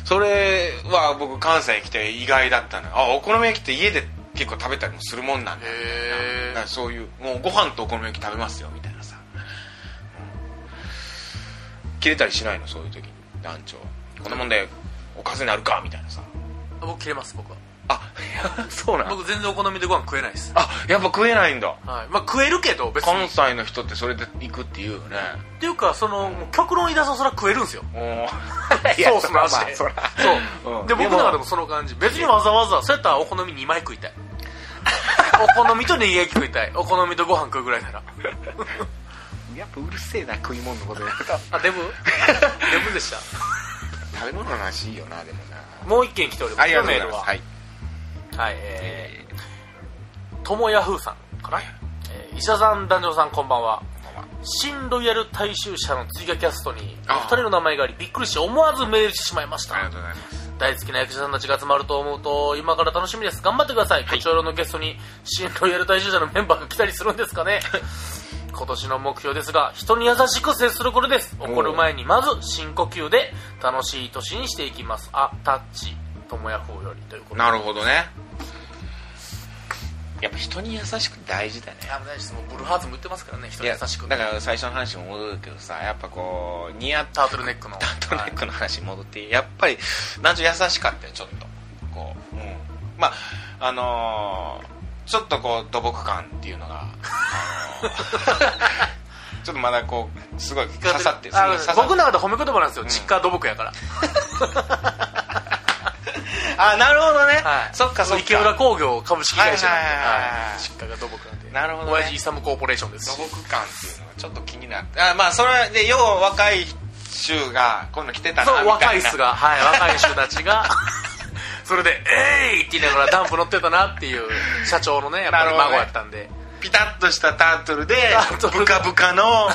[SPEAKER 1] それは僕関西に来て意外だったのよあお好み焼きって家で結構食べたりもするもんなんだ
[SPEAKER 2] へ
[SPEAKER 1] だから
[SPEAKER 2] え
[SPEAKER 1] そういうもうご飯とお好み焼き食べますよみたいなさ、うん切れたりしないのそういう時に団長こんなもんでおかずになるかみたいなさ
[SPEAKER 2] 僕切れます僕は
[SPEAKER 1] あ そうなの
[SPEAKER 2] 僕全然お好みでご飯食えないです、
[SPEAKER 1] あやっぱ食えないんだ
[SPEAKER 2] はい、まあ食えるけど別に
[SPEAKER 1] 関
[SPEAKER 2] っ
[SPEAKER 1] 西の人ってそれで行くって言うよね
[SPEAKER 2] ていうかそのもう極論言い出すとそれは食えるんですよ
[SPEAKER 1] お
[SPEAKER 2] ソースの味で
[SPEAKER 1] そら
[SPEAKER 2] そう、
[SPEAKER 1] うん
[SPEAKER 2] で
[SPEAKER 1] で
[SPEAKER 2] 僕
[SPEAKER 1] も
[SPEAKER 2] の中でもその感じ別にわざわざそうやったらお好み2枚食いた いお好みとネギ焼き食いたいお好みとご飯食うぐらいなら
[SPEAKER 1] やっぱうるせえな食い物のことやると
[SPEAKER 2] あ デブデブでした
[SPEAKER 1] 食べ物の話いいよなでもな
[SPEAKER 2] もう一件来ております
[SPEAKER 1] ありがとうございます
[SPEAKER 2] メールは
[SPEAKER 1] はい
[SPEAKER 2] はい、えー、ともやふーさんかな、えー、医者さん、男女さん、こんばんは。新ロイヤル大衆者の追加キャストに、お
[SPEAKER 1] あー
[SPEAKER 2] 二人の名前があり、びっくりして思わずメールしてしまいまし
[SPEAKER 1] ありが
[SPEAKER 2] た
[SPEAKER 1] と。うございます
[SPEAKER 2] 大好きな役者さんたちが集まると思うと、今から楽しみです。頑張ってください。こちらのゲストに、新ロイヤル大衆者のメンバーが来たりするんですかね。今年の目標ですが、人に優しく接することです。怒る前に、まず深呼吸で、楽しい年にしていきます。あ、タッチ、ともやふーよりということで
[SPEAKER 1] なるほどねやっぱ人に優しくて大事だね
[SPEAKER 2] いやもう大事ですもうブルーハーツも言ってますからね人
[SPEAKER 1] い
[SPEAKER 2] に優
[SPEAKER 1] や
[SPEAKER 2] しく
[SPEAKER 1] だから最初の話に戻るけどさやっぱこう似合った
[SPEAKER 2] タートルネックの
[SPEAKER 1] タートルネックの話に戻って、やっぱり男女優しかったよちょっとこう、うん、まああのーちょっとこう土木感っていうのが、あ のーちょっとまだこうすごい刺さってる
[SPEAKER 2] あの
[SPEAKER 1] すごい刺さってる
[SPEAKER 2] 僕の中で褒め言葉なんですよ、
[SPEAKER 1] ん
[SPEAKER 2] 実家土木やから
[SPEAKER 1] あなるほどね、そっかそっか
[SPEAKER 2] 池浦工業株式会社なんで、
[SPEAKER 1] はいはいはいはい
[SPEAKER 2] はい実家が土木なんで
[SPEAKER 1] なるほどね
[SPEAKER 2] 親父イサムコーポレーションです
[SPEAKER 1] 土
[SPEAKER 2] し
[SPEAKER 1] 木感っていうのがちょっと気になってあまあそれでよう若い衆が今度来てたなみた
[SPEAKER 2] そ
[SPEAKER 1] いうな
[SPEAKER 2] 若い人がはい若い人たちが それで「えい!」って言いながらダンプ乗ってたなっていう社長のねやっぱり
[SPEAKER 1] なるほ
[SPEAKER 2] 孫
[SPEAKER 1] どね
[SPEAKER 2] やったんで、
[SPEAKER 1] ピタッとしたタートルで
[SPEAKER 2] タートル
[SPEAKER 1] ブカブ カのあ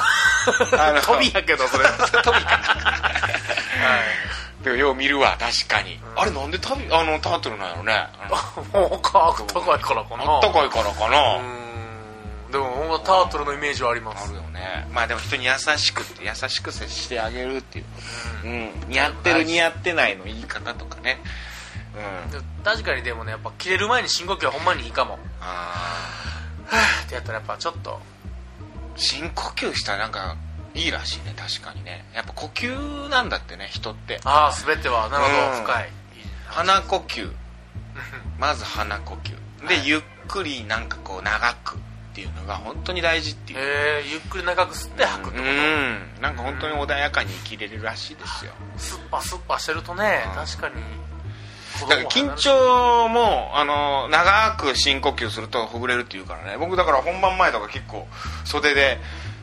[SPEAKER 1] の
[SPEAKER 2] 飛びやけどそれ
[SPEAKER 1] 飛びか
[SPEAKER 2] はい
[SPEAKER 1] でもよう見るわ確かに、あれなんでタビあのタートルなんやろねあ
[SPEAKER 2] もうかあったかいからかな
[SPEAKER 1] のあったかいからかな、
[SPEAKER 2] うーんでもほんまタートルのイメージはありま
[SPEAKER 1] あ
[SPEAKER 2] す
[SPEAKER 1] るよねまあでも人に優しくって優しく接してあげるっていう、うん、似合ってる似合ってないの言い方とかねうん
[SPEAKER 2] でも確かにでもねやっぱ切れる前に深呼吸はほんまにいいかも
[SPEAKER 1] あ
[SPEAKER 2] ってやったらやっぱちょっと
[SPEAKER 1] ー深呼吸したらなんかいいらしいね確かにねやっぱ呼吸なんだってね人って
[SPEAKER 2] ああ全てはなるほど、
[SPEAKER 1] うん
[SPEAKER 2] 深い
[SPEAKER 1] 鼻呼吸まず鼻呼吸で、ゆっくりなんかこう長くっていうのが本当に大事っていう
[SPEAKER 2] えー、ゆっくり長く吸って吐くってこ
[SPEAKER 1] うんなんか本当に穏やかに生きれるらしいですよ
[SPEAKER 2] とスッパスッパしてるとね
[SPEAKER 1] うん
[SPEAKER 2] 確かに
[SPEAKER 1] だから緊張もあの長く深呼吸するとほぐれるっていうからね僕だから本番前とか結構袖で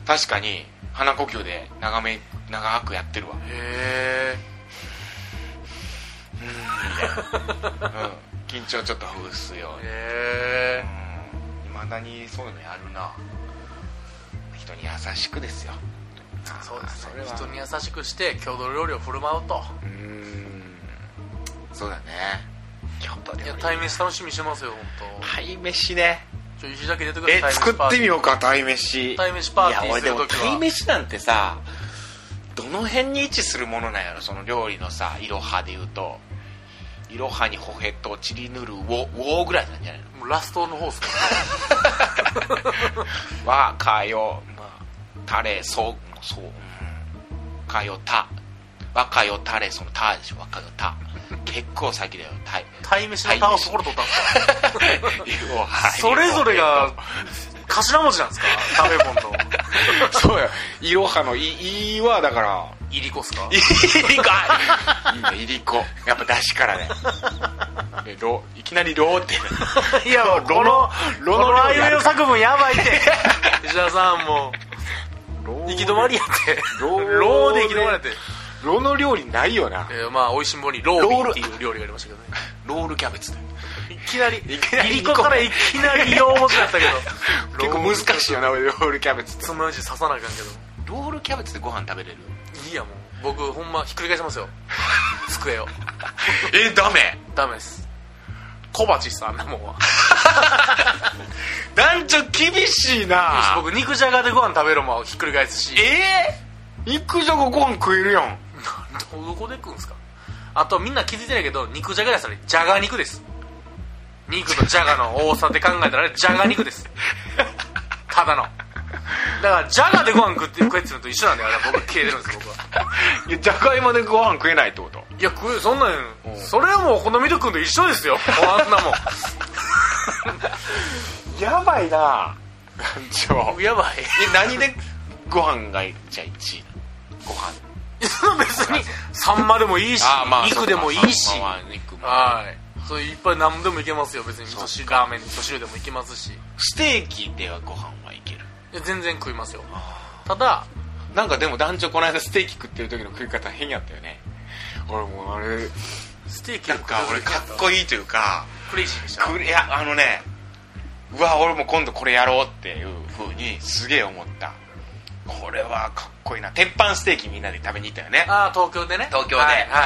[SPEAKER 1] 確かに鼻呼吸で長め長くやってるわ、
[SPEAKER 2] へえ
[SPEAKER 1] うん、緊張ちょっとほぐすように
[SPEAKER 2] へ
[SPEAKER 1] いまだにそういうのやるな人に優しくですよ
[SPEAKER 2] えそうです
[SPEAKER 1] それ
[SPEAKER 2] ね
[SPEAKER 1] は
[SPEAKER 2] 人に優しくして郷土料理を振る舞うと
[SPEAKER 1] うーんそうだね京都で
[SPEAKER 2] いや対面楽しみにしてますよ本
[SPEAKER 1] 鯛飯ね
[SPEAKER 2] 当。ちょ石崎出てくだ
[SPEAKER 1] え
[SPEAKER 2] さい
[SPEAKER 1] 作ってみよう
[SPEAKER 2] う
[SPEAKER 1] か鯛飯
[SPEAKER 2] 鯛飯パーティー
[SPEAKER 1] いや俺
[SPEAKER 2] す
[SPEAKER 1] で
[SPEAKER 2] る
[SPEAKER 1] も
[SPEAKER 2] ときは
[SPEAKER 1] 鯛飯なんてさどの辺に位置するものなんやろその料理のさいろはで言うといろはにほへとちりぬるををぐらいなんじゃない
[SPEAKER 2] もうラストの方っすか
[SPEAKER 1] のわかよまあたれそうそううんかよたわかよたれそのたでしょわかよた結構先だよた い
[SPEAKER 2] 対飯のタオところ取ったんですか
[SPEAKER 1] いろは
[SPEAKER 2] それぞれが頭文字なんですか食べ物の
[SPEAKER 1] そうやいろはのいいはだから
[SPEAKER 2] いりこっすか
[SPEAKER 1] いりこいいねいりこやっぱ出汁から ねでろいきなり「ろ」って
[SPEAKER 2] いやもうこの
[SPEAKER 1] ロの
[SPEAKER 2] このあ
[SPEAKER 1] ロ
[SPEAKER 2] い
[SPEAKER 1] や
[SPEAKER 2] うえ
[SPEAKER 1] る
[SPEAKER 2] お作文や ばいって石田さんもう行き止まりやって
[SPEAKER 1] ロー
[SPEAKER 2] ローで行き止まりやって
[SPEAKER 1] 「ろ」の料理ないよな
[SPEAKER 2] えーまあ美味しんぼにロービーっていう料理がありましたけどね
[SPEAKER 1] ロールキャベツだよ
[SPEAKER 2] いきなりい
[SPEAKER 1] きなり
[SPEAKER 2] りこからいきなり4文字だったけど
[SPEAKER 1] 結 構難しいよなロールキャベツって
[SPEAKER 2] つまようじ刺さなあかんけ
[SPEAKER 1] ロールキャベツでご飯食べれる
[SPEAKER 2] どいいやもう僕ほんまひっくり返しますよ机を
[SPEAKER 1] えダメ
[SPEAKER 2] ダメです小鉢っすあんなもん は
[SPEAKER 1] 団長厳しいな
[SPEAKER 2] 僕肉じゃがでご飯食べるもんはひっくり返すし
[SPEAKER 1] えー、肉じゃがご飯食えるやん
[SPEAKER 2] どどこで食うんすかあとみんな気づいてないけど肉じゃがやそれじゃが肉です肉とじゃがの多さで考えたらあれじゃが肉ですただのだからじゃがでご飯食って食えって言うのと一緒なんだよあれ僕消えてるんです僕はい
[SPEAKER 1] やじゃがいもでご飯食えないってこと
[SPEAKER 2] いや食えそんなんそれはもうお好みで食うんと一緒ですよあんなも
[SPEAKER 1] やばいな団長
[SPEAKER 2] んやばい
[SPEAKER 1] え何でご飯がじゃあ1位なのご飯
[SPEAKER 2] その別にサンマでもいいし
[SPEAKER 1] あーまあ
[SPEAKER 2] 肉でもいいし
[SPEAKER 1] そうかまあまあ肉も
[SPEAKER 2] はいそういっぱい何でもいけますよ別に味噌
[SPEAKER 1] そ
[SPEAKER 2] 汁ラーメン味噌汁でもいけますしい
[SPEAKER 1] ステーキではご飯はいける
[SPEAKER 2] や全然食いますよただ
[SPEAKER 1] なんかでも団長この間ステーキ食ってる時の食い方変やったよね俺もうあれ
[SPEAKER 2] ステーキ
[SPEAKER 1] なんか俺かっこいいというか
[SPEAKER 2] クレイジーでした
[SPEAKER 1] くれいやあのねうわ俺も今度これやろうっていう風にすげえ思ったこれはかっこいいな鉄板ステーキみんなで食べに行ったよね
[SPEAKER 2] ああ東京でね
[SPEAKER 1] 東京で
[SPEAKER 2] はいはいは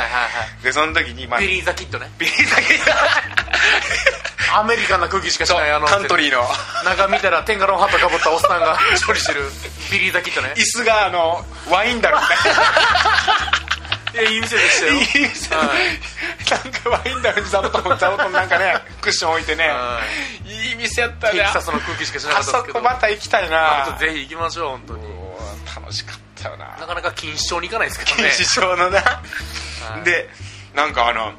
[SPEAKER 2] い
[SPEAKER 1] でその時にま
[SPEAKER 2] は
[SPEAKER 1] あ
[SPEAKER 2] いビリー・ザ・キッドね
[SPEAKER 1] ビリーだけ
[SPEAKER 2] アメリカンな空気しかし
[SPEAKER 1] そう
[SPEAKER 2] ないあの
[SPEAKER 1] カントリーの
[SPEAKER 2] 中見たら天下のハットかぶったおっさんが処理してるビリー・ザ・キッドね
[SPEAKER 1] 椅子があのワインだろみたいない
[SPEAKER 2] やいい店でしたよ
[SPEAKER 1] いい店なんかワインダルに座布団座布団なんかねクッション置いてね
[SPEAKER 2] はい
[SPEAKER 1] いい店やった
[SPEAKER 2] テ
[SPEAKER 1] ね
[SPEAKER 2] キサスの空気しかしなか
[SPEAKER 1] あ
[SPEAKER 2] った
[SPEAKER 1] そ
[SPEAKER 2] ですけど
[SPEAKER 1] こまた行きたいな
[SPEAKER 2] ぜひ行きましょう本当に
[SPEAKER 1] お楽しかったよな
[SPEAKER 2] なかなか錦糸町に行かないですから
[SPEAKER 1] 錦
[SPEAKER 2] ね
[SPEAKER 1] 糸町のな
[SPEAKER 2] はい
[SPEAKER 1] でなんかあの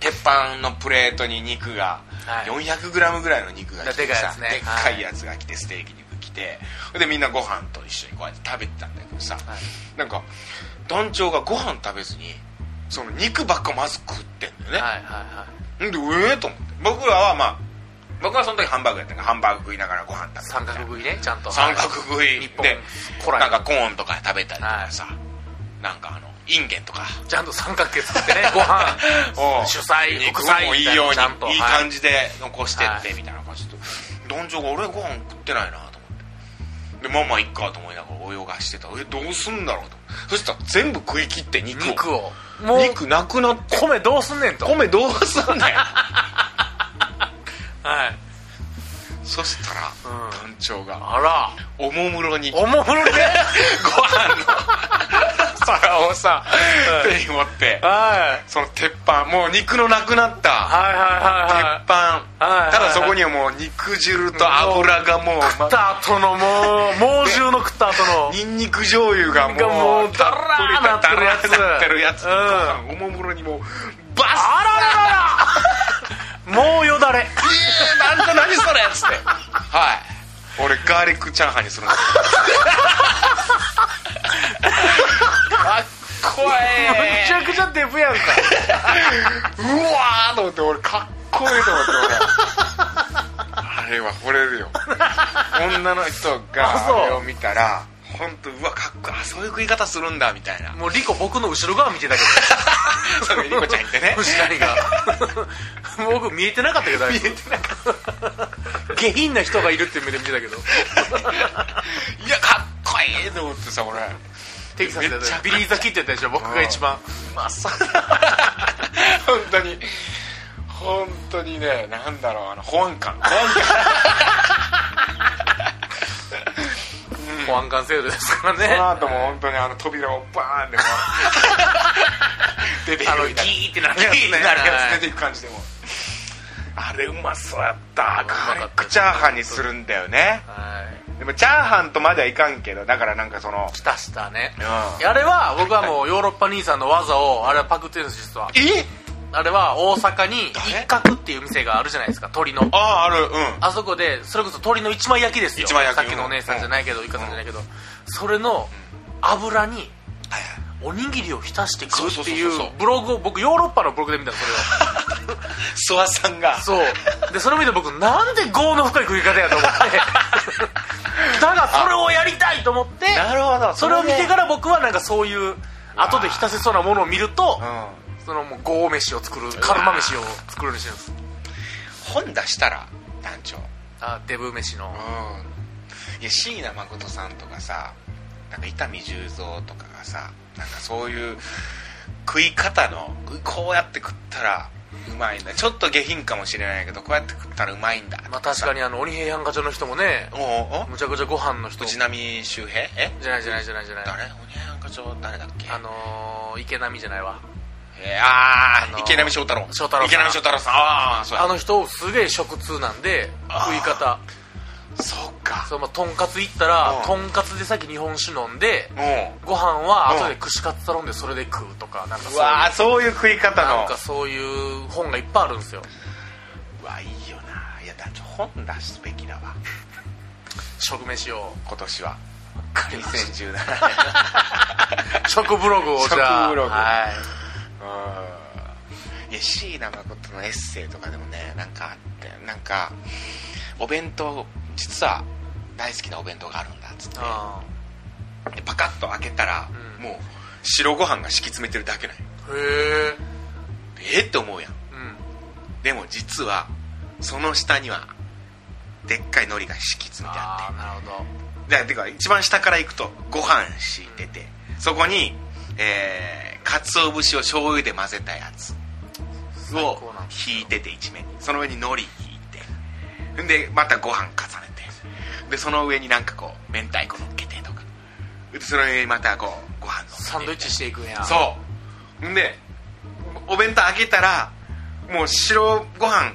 [SPEAKER 1] 鉄板のプレートに肉が
[SPEAKER 2] はい
[SPEAKER 1] 400g ぐらいの肉が来て
[SPEAKER 2] でかいや
[SPEAKER 1] さ
[SPEAKER 2] つね
[SPEAKER 1] でっかいやつが来てステーキ肉来てでみんなご飯と一緒にこうやって食べてたんだけどさ
[SPEAKER 2] はい
[SPEAKER 1] なんか団長がご飯食べずにその肉ばっかまず食ってんだよね
[SPEAKER 2] はいはいは
[SPEAKER 1] んでええと思って僕らはまあ僕はその時ハンバーグやったからハンバーグ食いながらご飯
[SPEAKER 2] い
[SPEAKER 1] 食べ
[SPEAKER 2] 三角食いねちゃんと
[SPEAKER 1] た三角食い
[SPEAKER 2] 日本
[SPEAKER 1] で
[SPEAKER 2] 古来
[SPEAKER 1] なん
[SPEAKER 2] の
[SPEAKER 1] かコーンとか食べたりとかさ、なんかあのインゲンとか
[SPEAKER 2] ちゃんと三角形作ってねご飯
[SPEAKER 1] おう
[SPEAKER 2] 主菜
[SPEAKER 1] 肉
[SPEAKER 2] 副菜
[SPEAKER 1] もいい
[SPEAKER 2] みたい
[SPEAKER 1] よ
[SPEAKER 2] な
[SPEAKER 1] う
[SPEAKER 2] の
[SPEAKER 1] に
[SPEAKER 2] ちゃんと
[SPEAKER 1] いい
[SPEAKER 2] はい
[SPEAKER 1] 感じで残してっ
[SPEAKER 2] は
[SPEAKER 1] てみたいな感じでどんじょうが俺ご飯食ってないなと思ってでまあまあいっかと思いながら泳がしてたえどうすんだろうとそしたら全部食い切って肉を
[SPEAKER 2] 肉をもう
[SPEAKER 1] 肉なくなって
[SPEAKER 2] 米どうすんねんと
[SPEAKER 1] 米どうすん だよ
[SPEAKER 2] はい
[SPEAKER 1] そしたら、
[SPEAKER 2] うん
[SPEAKER 1] 団長が
[SPEAKER 2] あら
[SPEAKER 1] おもむろにご飯
[SPEAKER 2] お もむろ
[SPEAKER 1] の
[SPEAKER 2] で
[SPEAKER 1] 皿をさ
[SPEAKER 2] うん
[SPEAKER 1] 手に持って
[SPEAKER 2] はい
[SPEAKER 1] その鉄板もう肉のなくなった
[SPEAKER 2] はい
[SPEAKER 1] 鉄
[SPEAKER 2] はいはいはい
[SPEAKER 1] 板
[SPEAKER 2] はい
[SPEAKER 1] ただそこにはもう肉汁と油がもう
[SPEAKER 2] 食 った後のもう猛獣の食った後 の
[SPEAKER 1] ニンニク醤油がも
[SPEAKER 2] がもう
[SPEAKER 1] うたっぷりと
[SPEAKER 2] ダ
[SPEAKER 1] ダラー
[SPEAKER 2] ラー
[SPEAKER 1] な
[SPEAKER 2] なっ
[SPEAKER 1] ってて
[SPEAKER 2] る
[SPEAKER 1] る
[SPEAKER 2] や
[SPEAKER 1] や
[SPEAKER 2] つ
[SPEAKER 1] つご飯おもむろにもうバス
[SPEAKER 2] あららららもうよだ れ
[SPEAKER 1] えーなんか何それっつってはい俺ガーリックチャーハンにするんですよかっこ
[SPEAKER 2] むちゃ
[SPEAKER 1] え
[SPEAKER 2] くちゃデブやんか
[SPEAKER 1] えうわーと思って俺かっこええと思って俺あれは惚れるよ女の人
[SPEAKER 2] あそう
[SPEAKER 1] があれを見たら本当うわかっこいいあそういう食い方するんだみたいな
[SPEAKER 2] もうリコ僕の後ろ側見てたけ
[SPEAKER 1] それリコちゃん言ってね
[SPEAKER 2] ど藤谷が 僕見えてなかったけど見えてなかった 下品な人がいるって目で見てたけど
[SPEAKER 1] いやかっこいいと思ってさ俺
[SPEAKER 2] テキサスで
[SPEAKER 1] めっちゃ
[SPEAKER 2] ビリー・ザ・キッドやったでしょ僕が一番
[SPEAKER 1] まさか本当に本当にねなんだろうあの保安官保安
[SPEAKER 2] 保安官制度ですから
[SPEAKER 1] 官その
[SPEAKER 2] ね
[SPEAKER 1] 後も 本当にあの扉をバーンでもう 出ていく
[SPEAKER 2] あのギ
[SPEAKER 1] みたいな
[SPEAKER 2] ーってなるやつね
[SPEAKER 1] ギーってなるやつ出ていく感じでもうあれうまそうやった
[SPEAKER 2] うま
[SPEAKER 1] ガ
[SPEAKER 2] かった
[SPEAKER 1] ーリックチャーハンにするんだよね
[SPEAKER 2] はい
[SPEAKER 1] でもチャーハンとまではいかんけどだからなんかその
[SPEAKER 2] 来たしたね
[SPEAKER 1] うん
[SPEAKER 2] あれは僕はもうヨーロッパ兄さんの技をあれはパクってるんです実は
[SPEAKER 1] え
[SPEAKER 2] あれは大阪に
[SPEAKER 1] 誰
[SPEAKER 2] 一角っていう店があるじゃないですか鳥の
[SPEAKER 1] あああるうん
[SPEAKER 2] あそこでそれこそ鳥の一枚焼きですよ
[SPEAKER 1] 一枚焼き
[SPEAKER 2] さっきのお姉さんじゃないけど、イカさんじゃないけど、それの油におにぎりを浸して食うってい
[SPEAKER 1] そうそうそう
[SPEAKER 2] う
[SPEAKER 1] そう
[SPEAKER 2] ブログを僕ヨーロッパのブログで見たのそ
[SPEAKER 1] 諏訪さんが
[SPEAKER 2] れをそうでそれを見て僕なんで業の深い食い方やと思って だがそれをやりたいと思って
[SPEAKER 1] なるほど
[SPEAKER 2] それを見て
[SPEAKER 1] ら
[SPEAKER 2] から僕はなんかそういう後で浸せそうなものを見ると
[SPEAKER 1] うん
[SPEAKER 2] そのもう豪飯を作るカルマ飯を作るようにしてるんです
[SPEAKER 1] 本出したら団長
[SPEAKER 2] あデブ飯の
[SPEAKER 1] うんいや椎名誠さんとかさなんか伊丹十三とかがさなんかそういう食い方のこうやって食ったらうまいんだちょっと下品かもしれないけどこうやって食ったらうまいんだと
[SPEAKER 2] まあ
[SPEAKER 1] か
[SPEAKER 2] 確
[SPEAKER 1] さ
[SPEAKER 2] かにあの鬼平犯科帳の人もね
[SPEAKER 1] おうおう
[SPEAKER 2] むちゃくちゃご飯の人
[SPEAKER 1] 藤波周平え
[SPEAKER 2] じゃないじゃないじゃないじゃない
[SPEAKER 1] 誰おにゃんか長誰だっけ
[SPEAKER 2] あのー、池波じゃないわ
[SPEAKER 1] えーあー
[SPEAKER 2] あの
[SPEAKER 1] 池波正太郎
[SPEAKER 2] 正太郎さん
[SPEAKER 1] 池波正太郎さんああそうや
[SPEAKER 2] あの人すげえ食通なんで
[SPEAKER 1] あー
[SPEAKER 2] 食い方
[SPEAKER 1] そっか
[SPEAKER 2] そう、まあ、とんかつ行ったら
[SPEAKER 1] うん
[SPEAKER 2] とんかつで先日本酒飲んで
[SPEAKER 1] うんう
[SPEAKER 2] ご飯は後で串カツ頼んでそれで食うとかなんかそういう
[SPEAKER 1] わーそういう食い方の
[SPEAKER 2] なんかそういう本がいっぱいあるんですよ
[SPEAKER 1] うわいいよないやだって本出すべきだ わ
[SPEAKER 2] 食 飯を
[SPEAKER 1] 今年は
[SPEAKER 2] 借りまし
[SPEAKER 1] 2017年
[SPEAKER 2] た食ブログをじゃあ
[SPEAKER 1] 食ブログ
[SPEAKER 2] はい
[SPEAKER 1] うんいや椎名誠のエッセイとかでもねなんかあってなんかお弁当実は大好きなお弁当があるんだっつって
[SPEAKER 2] あ
[SPEAKER 1] でパカッと開けたら、
[SPEAKER 2] うん
[SPEAKER 1] もう白ご飯が敷き詰めてるだけなんよ
[SPEAKER 2] ーへえ
[SPEAKER 1] えっって思うやん
[SPEAKER 2] うん
[SPEAKER 1] でも実はその下にはでっかい海苔が敷き詰めてあって
[SPEAKER 2] ああなるほ
[SPEAKER 1] でてか一番下から行くとご飯敷いててそこにえー、鰹節を醤油で混ぜたやつ
[SPEAKER 2] 最
[SPEAKER 1] を
[SPEAKER 2] 高なんですよ
[SPEAKER 1] 引いてて一面にその上に海苔引いてんでまたご飯重ねてでその上になんかこう明太子乗っけてとかでその上にまたこうご飯
[SPEAKER 2] どサン
[SPEAKER 1] 乗っ
[SPEAKER 2] ドイ
[SPEAKER 1] けて
[SPEAKER 2] ッチしていくんや
[SPEAKER 1] そうでお弁当開けたらもう白ご飯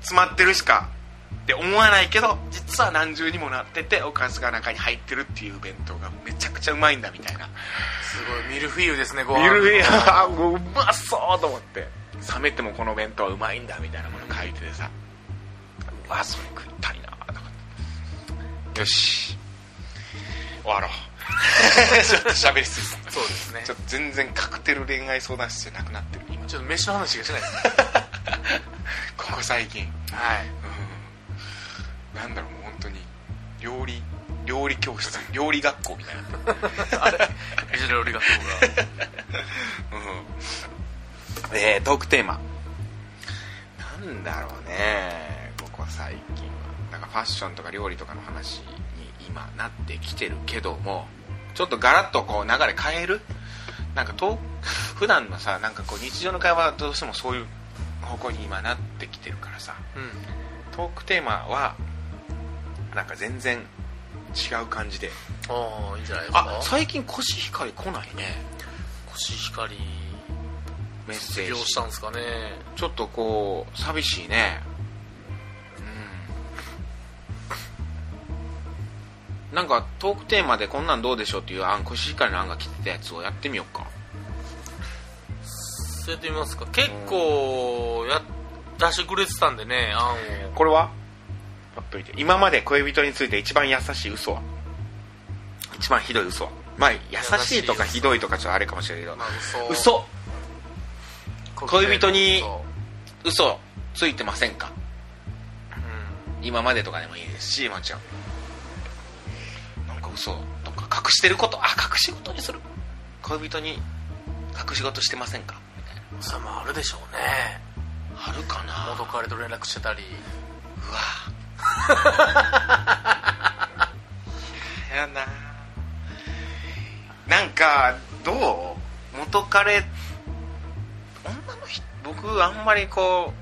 [SPEAKER 1] 詰まってるしかって思わないけど実は何重にもなってておかずが中に入ってるっていう弁当がめちゃくちゃうまいんだみたいな
[SPEAKER 2] すごいミルフィーユですねご飯
[SPEAKER 1] 見るやーもううまそうと思って冷めてもこの弁当はうまいんだみたいなもの書いててさうわそれ食いたいなーとかよし終わろう ちょっと喋りすぎた
[SPEAKER 2] そうですね
[SPEAKER 1] ちょっと全然カクテル恋愛相談室じゃなくなってる今
[SPEAKER 2] ちょっと飯の話がしないですね
[SPEAKER 1] ここ最近
[SPEAKER 2] はい
[SPEAKER 1] うんなんだろうもう本当に料理料理教室料理学校みたいになってる
[SPEAKER 2] ビジュアル料理学 校が
[SPEAKER 1] うんえートークテーマなんだろうねここ最近はなんかファッションとか料理とかの話に今なってきてるけどもちょっとガラッとこう流れ変えるなんかトー 普段のさなんかこう日常の会話はどうしてもそういう方向に今なってきてるからさ
[SPEAKER 2] うん
[SPEAKER 1] トークテーマはなんか全然違う感じで
[SPEAKER 2] ああいいんじゃないですか
[SPEAKER 1] あ最近コシヒカリ来ないね
[SPEAKER 2] コシヒカリ
[SPEAKER 1] メッセ
[SPEAKER 2] 卒
[SPEAKER 1] ー
[SPEAKER 2] 業
[SPEAKER 1] ジ
[SPEAKER 2] したんですかね
[SPEAKER 1] ちょっとこう寂しいねうんなんかトークテーマでこんなんどうでしょうっていう案コシヒカリの案が来てたやつをやってみようか
[SPEAKER 2] それで見ますか結構や出してくれてたんでね案を
[SPEAKER 1] これはパッと見て今まで恋人について一番優しい嘘は一番ひどい嘘はまあ優しいとかひどいとかちょっとあれかもしれないけど
[SPEAKER 2] まあ嘘
[SPEAKER 1] 嘘恋人に嘘ついてませんか
[SPEAKER 2] うん
[SPEAKER 1] 今までとかでもいいですしまーちゃんなんか嘘とか隠してることあ隠し事にする恋人に隠し事してませんかみたい
[SPEAKER 2] それもあるでしょうね
[SPEAKER 1] なあるかな
[SPEAKER 2] 元彼と連絡してたり
[SPEAKER 1] うわやななんかどう元彼女の人僕あんまりこ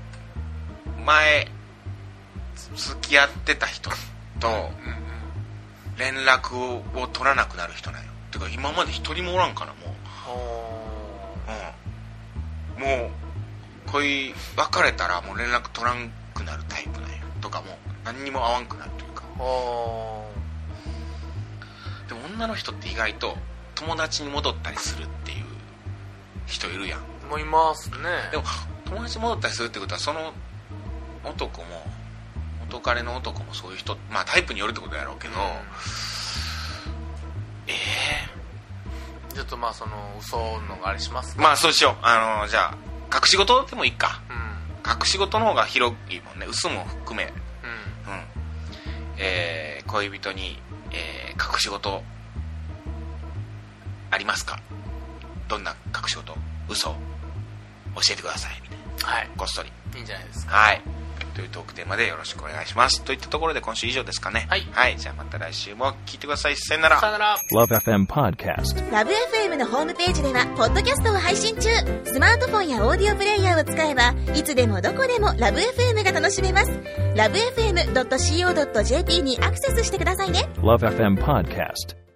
[SPEAKER 1] う前付き合ってた人と連絡を取らなくなる人なんよてか今まで一人もおらんからもう、うん、もう恋別れたらもう連絡取らんくなるタイプなんよとかもう何にも合わんくなるというか
[SPEAKER 2] ああ
[SPEAKER 1] でも女の人って意外と友達に戻ったりするっていう人いるやん
[SPEAKER 2] もういますね
[SPEAKER 1] でも友達に戻ったりするってことはその男も元彼の男もそういう人まあタイプによるってことやろうけど、え
[SPEAKER 2] ちょっとまあその嘘のあれします
[SPEAKER 1] えまあそうしようあのじゃあ隠し事でもいいか
[SPEAKER 2] うん
[SPEAKER 1] 隠し事の方が広いもんね嘘も含め
[SPEAKER 2] うん
[SPEAKER 1] うんえー恋人に、えー隠し事ありますかどんな隠し事嘘教えてくださいみたいな
[SPEAKER 2] はい
[SPEAKER 1] こっそり
[SPEAKER 2] いいんじゃないですか
[SPEAKER 1] はいというトークテーマでよろしくお願いしますといったところで今週以上ですかね
[SPEAKER 2] はい
[SPEAKER 1] じゃあまた来週も聞いてくださいさよなら
[SPEAKER 2] さよなら
[SPEAKER 3] Love FM Podcast.
[SPEAKER 4] ラブ f m のホームページではポッドキャストを配信中スマートフォンやオーディオプレイヤーを使えばいつでもどこでもラブ f m が楽しめますラブ FM.co.jp にアクセスしてくださいね
[SPEAKER 3] Love FM Podcast.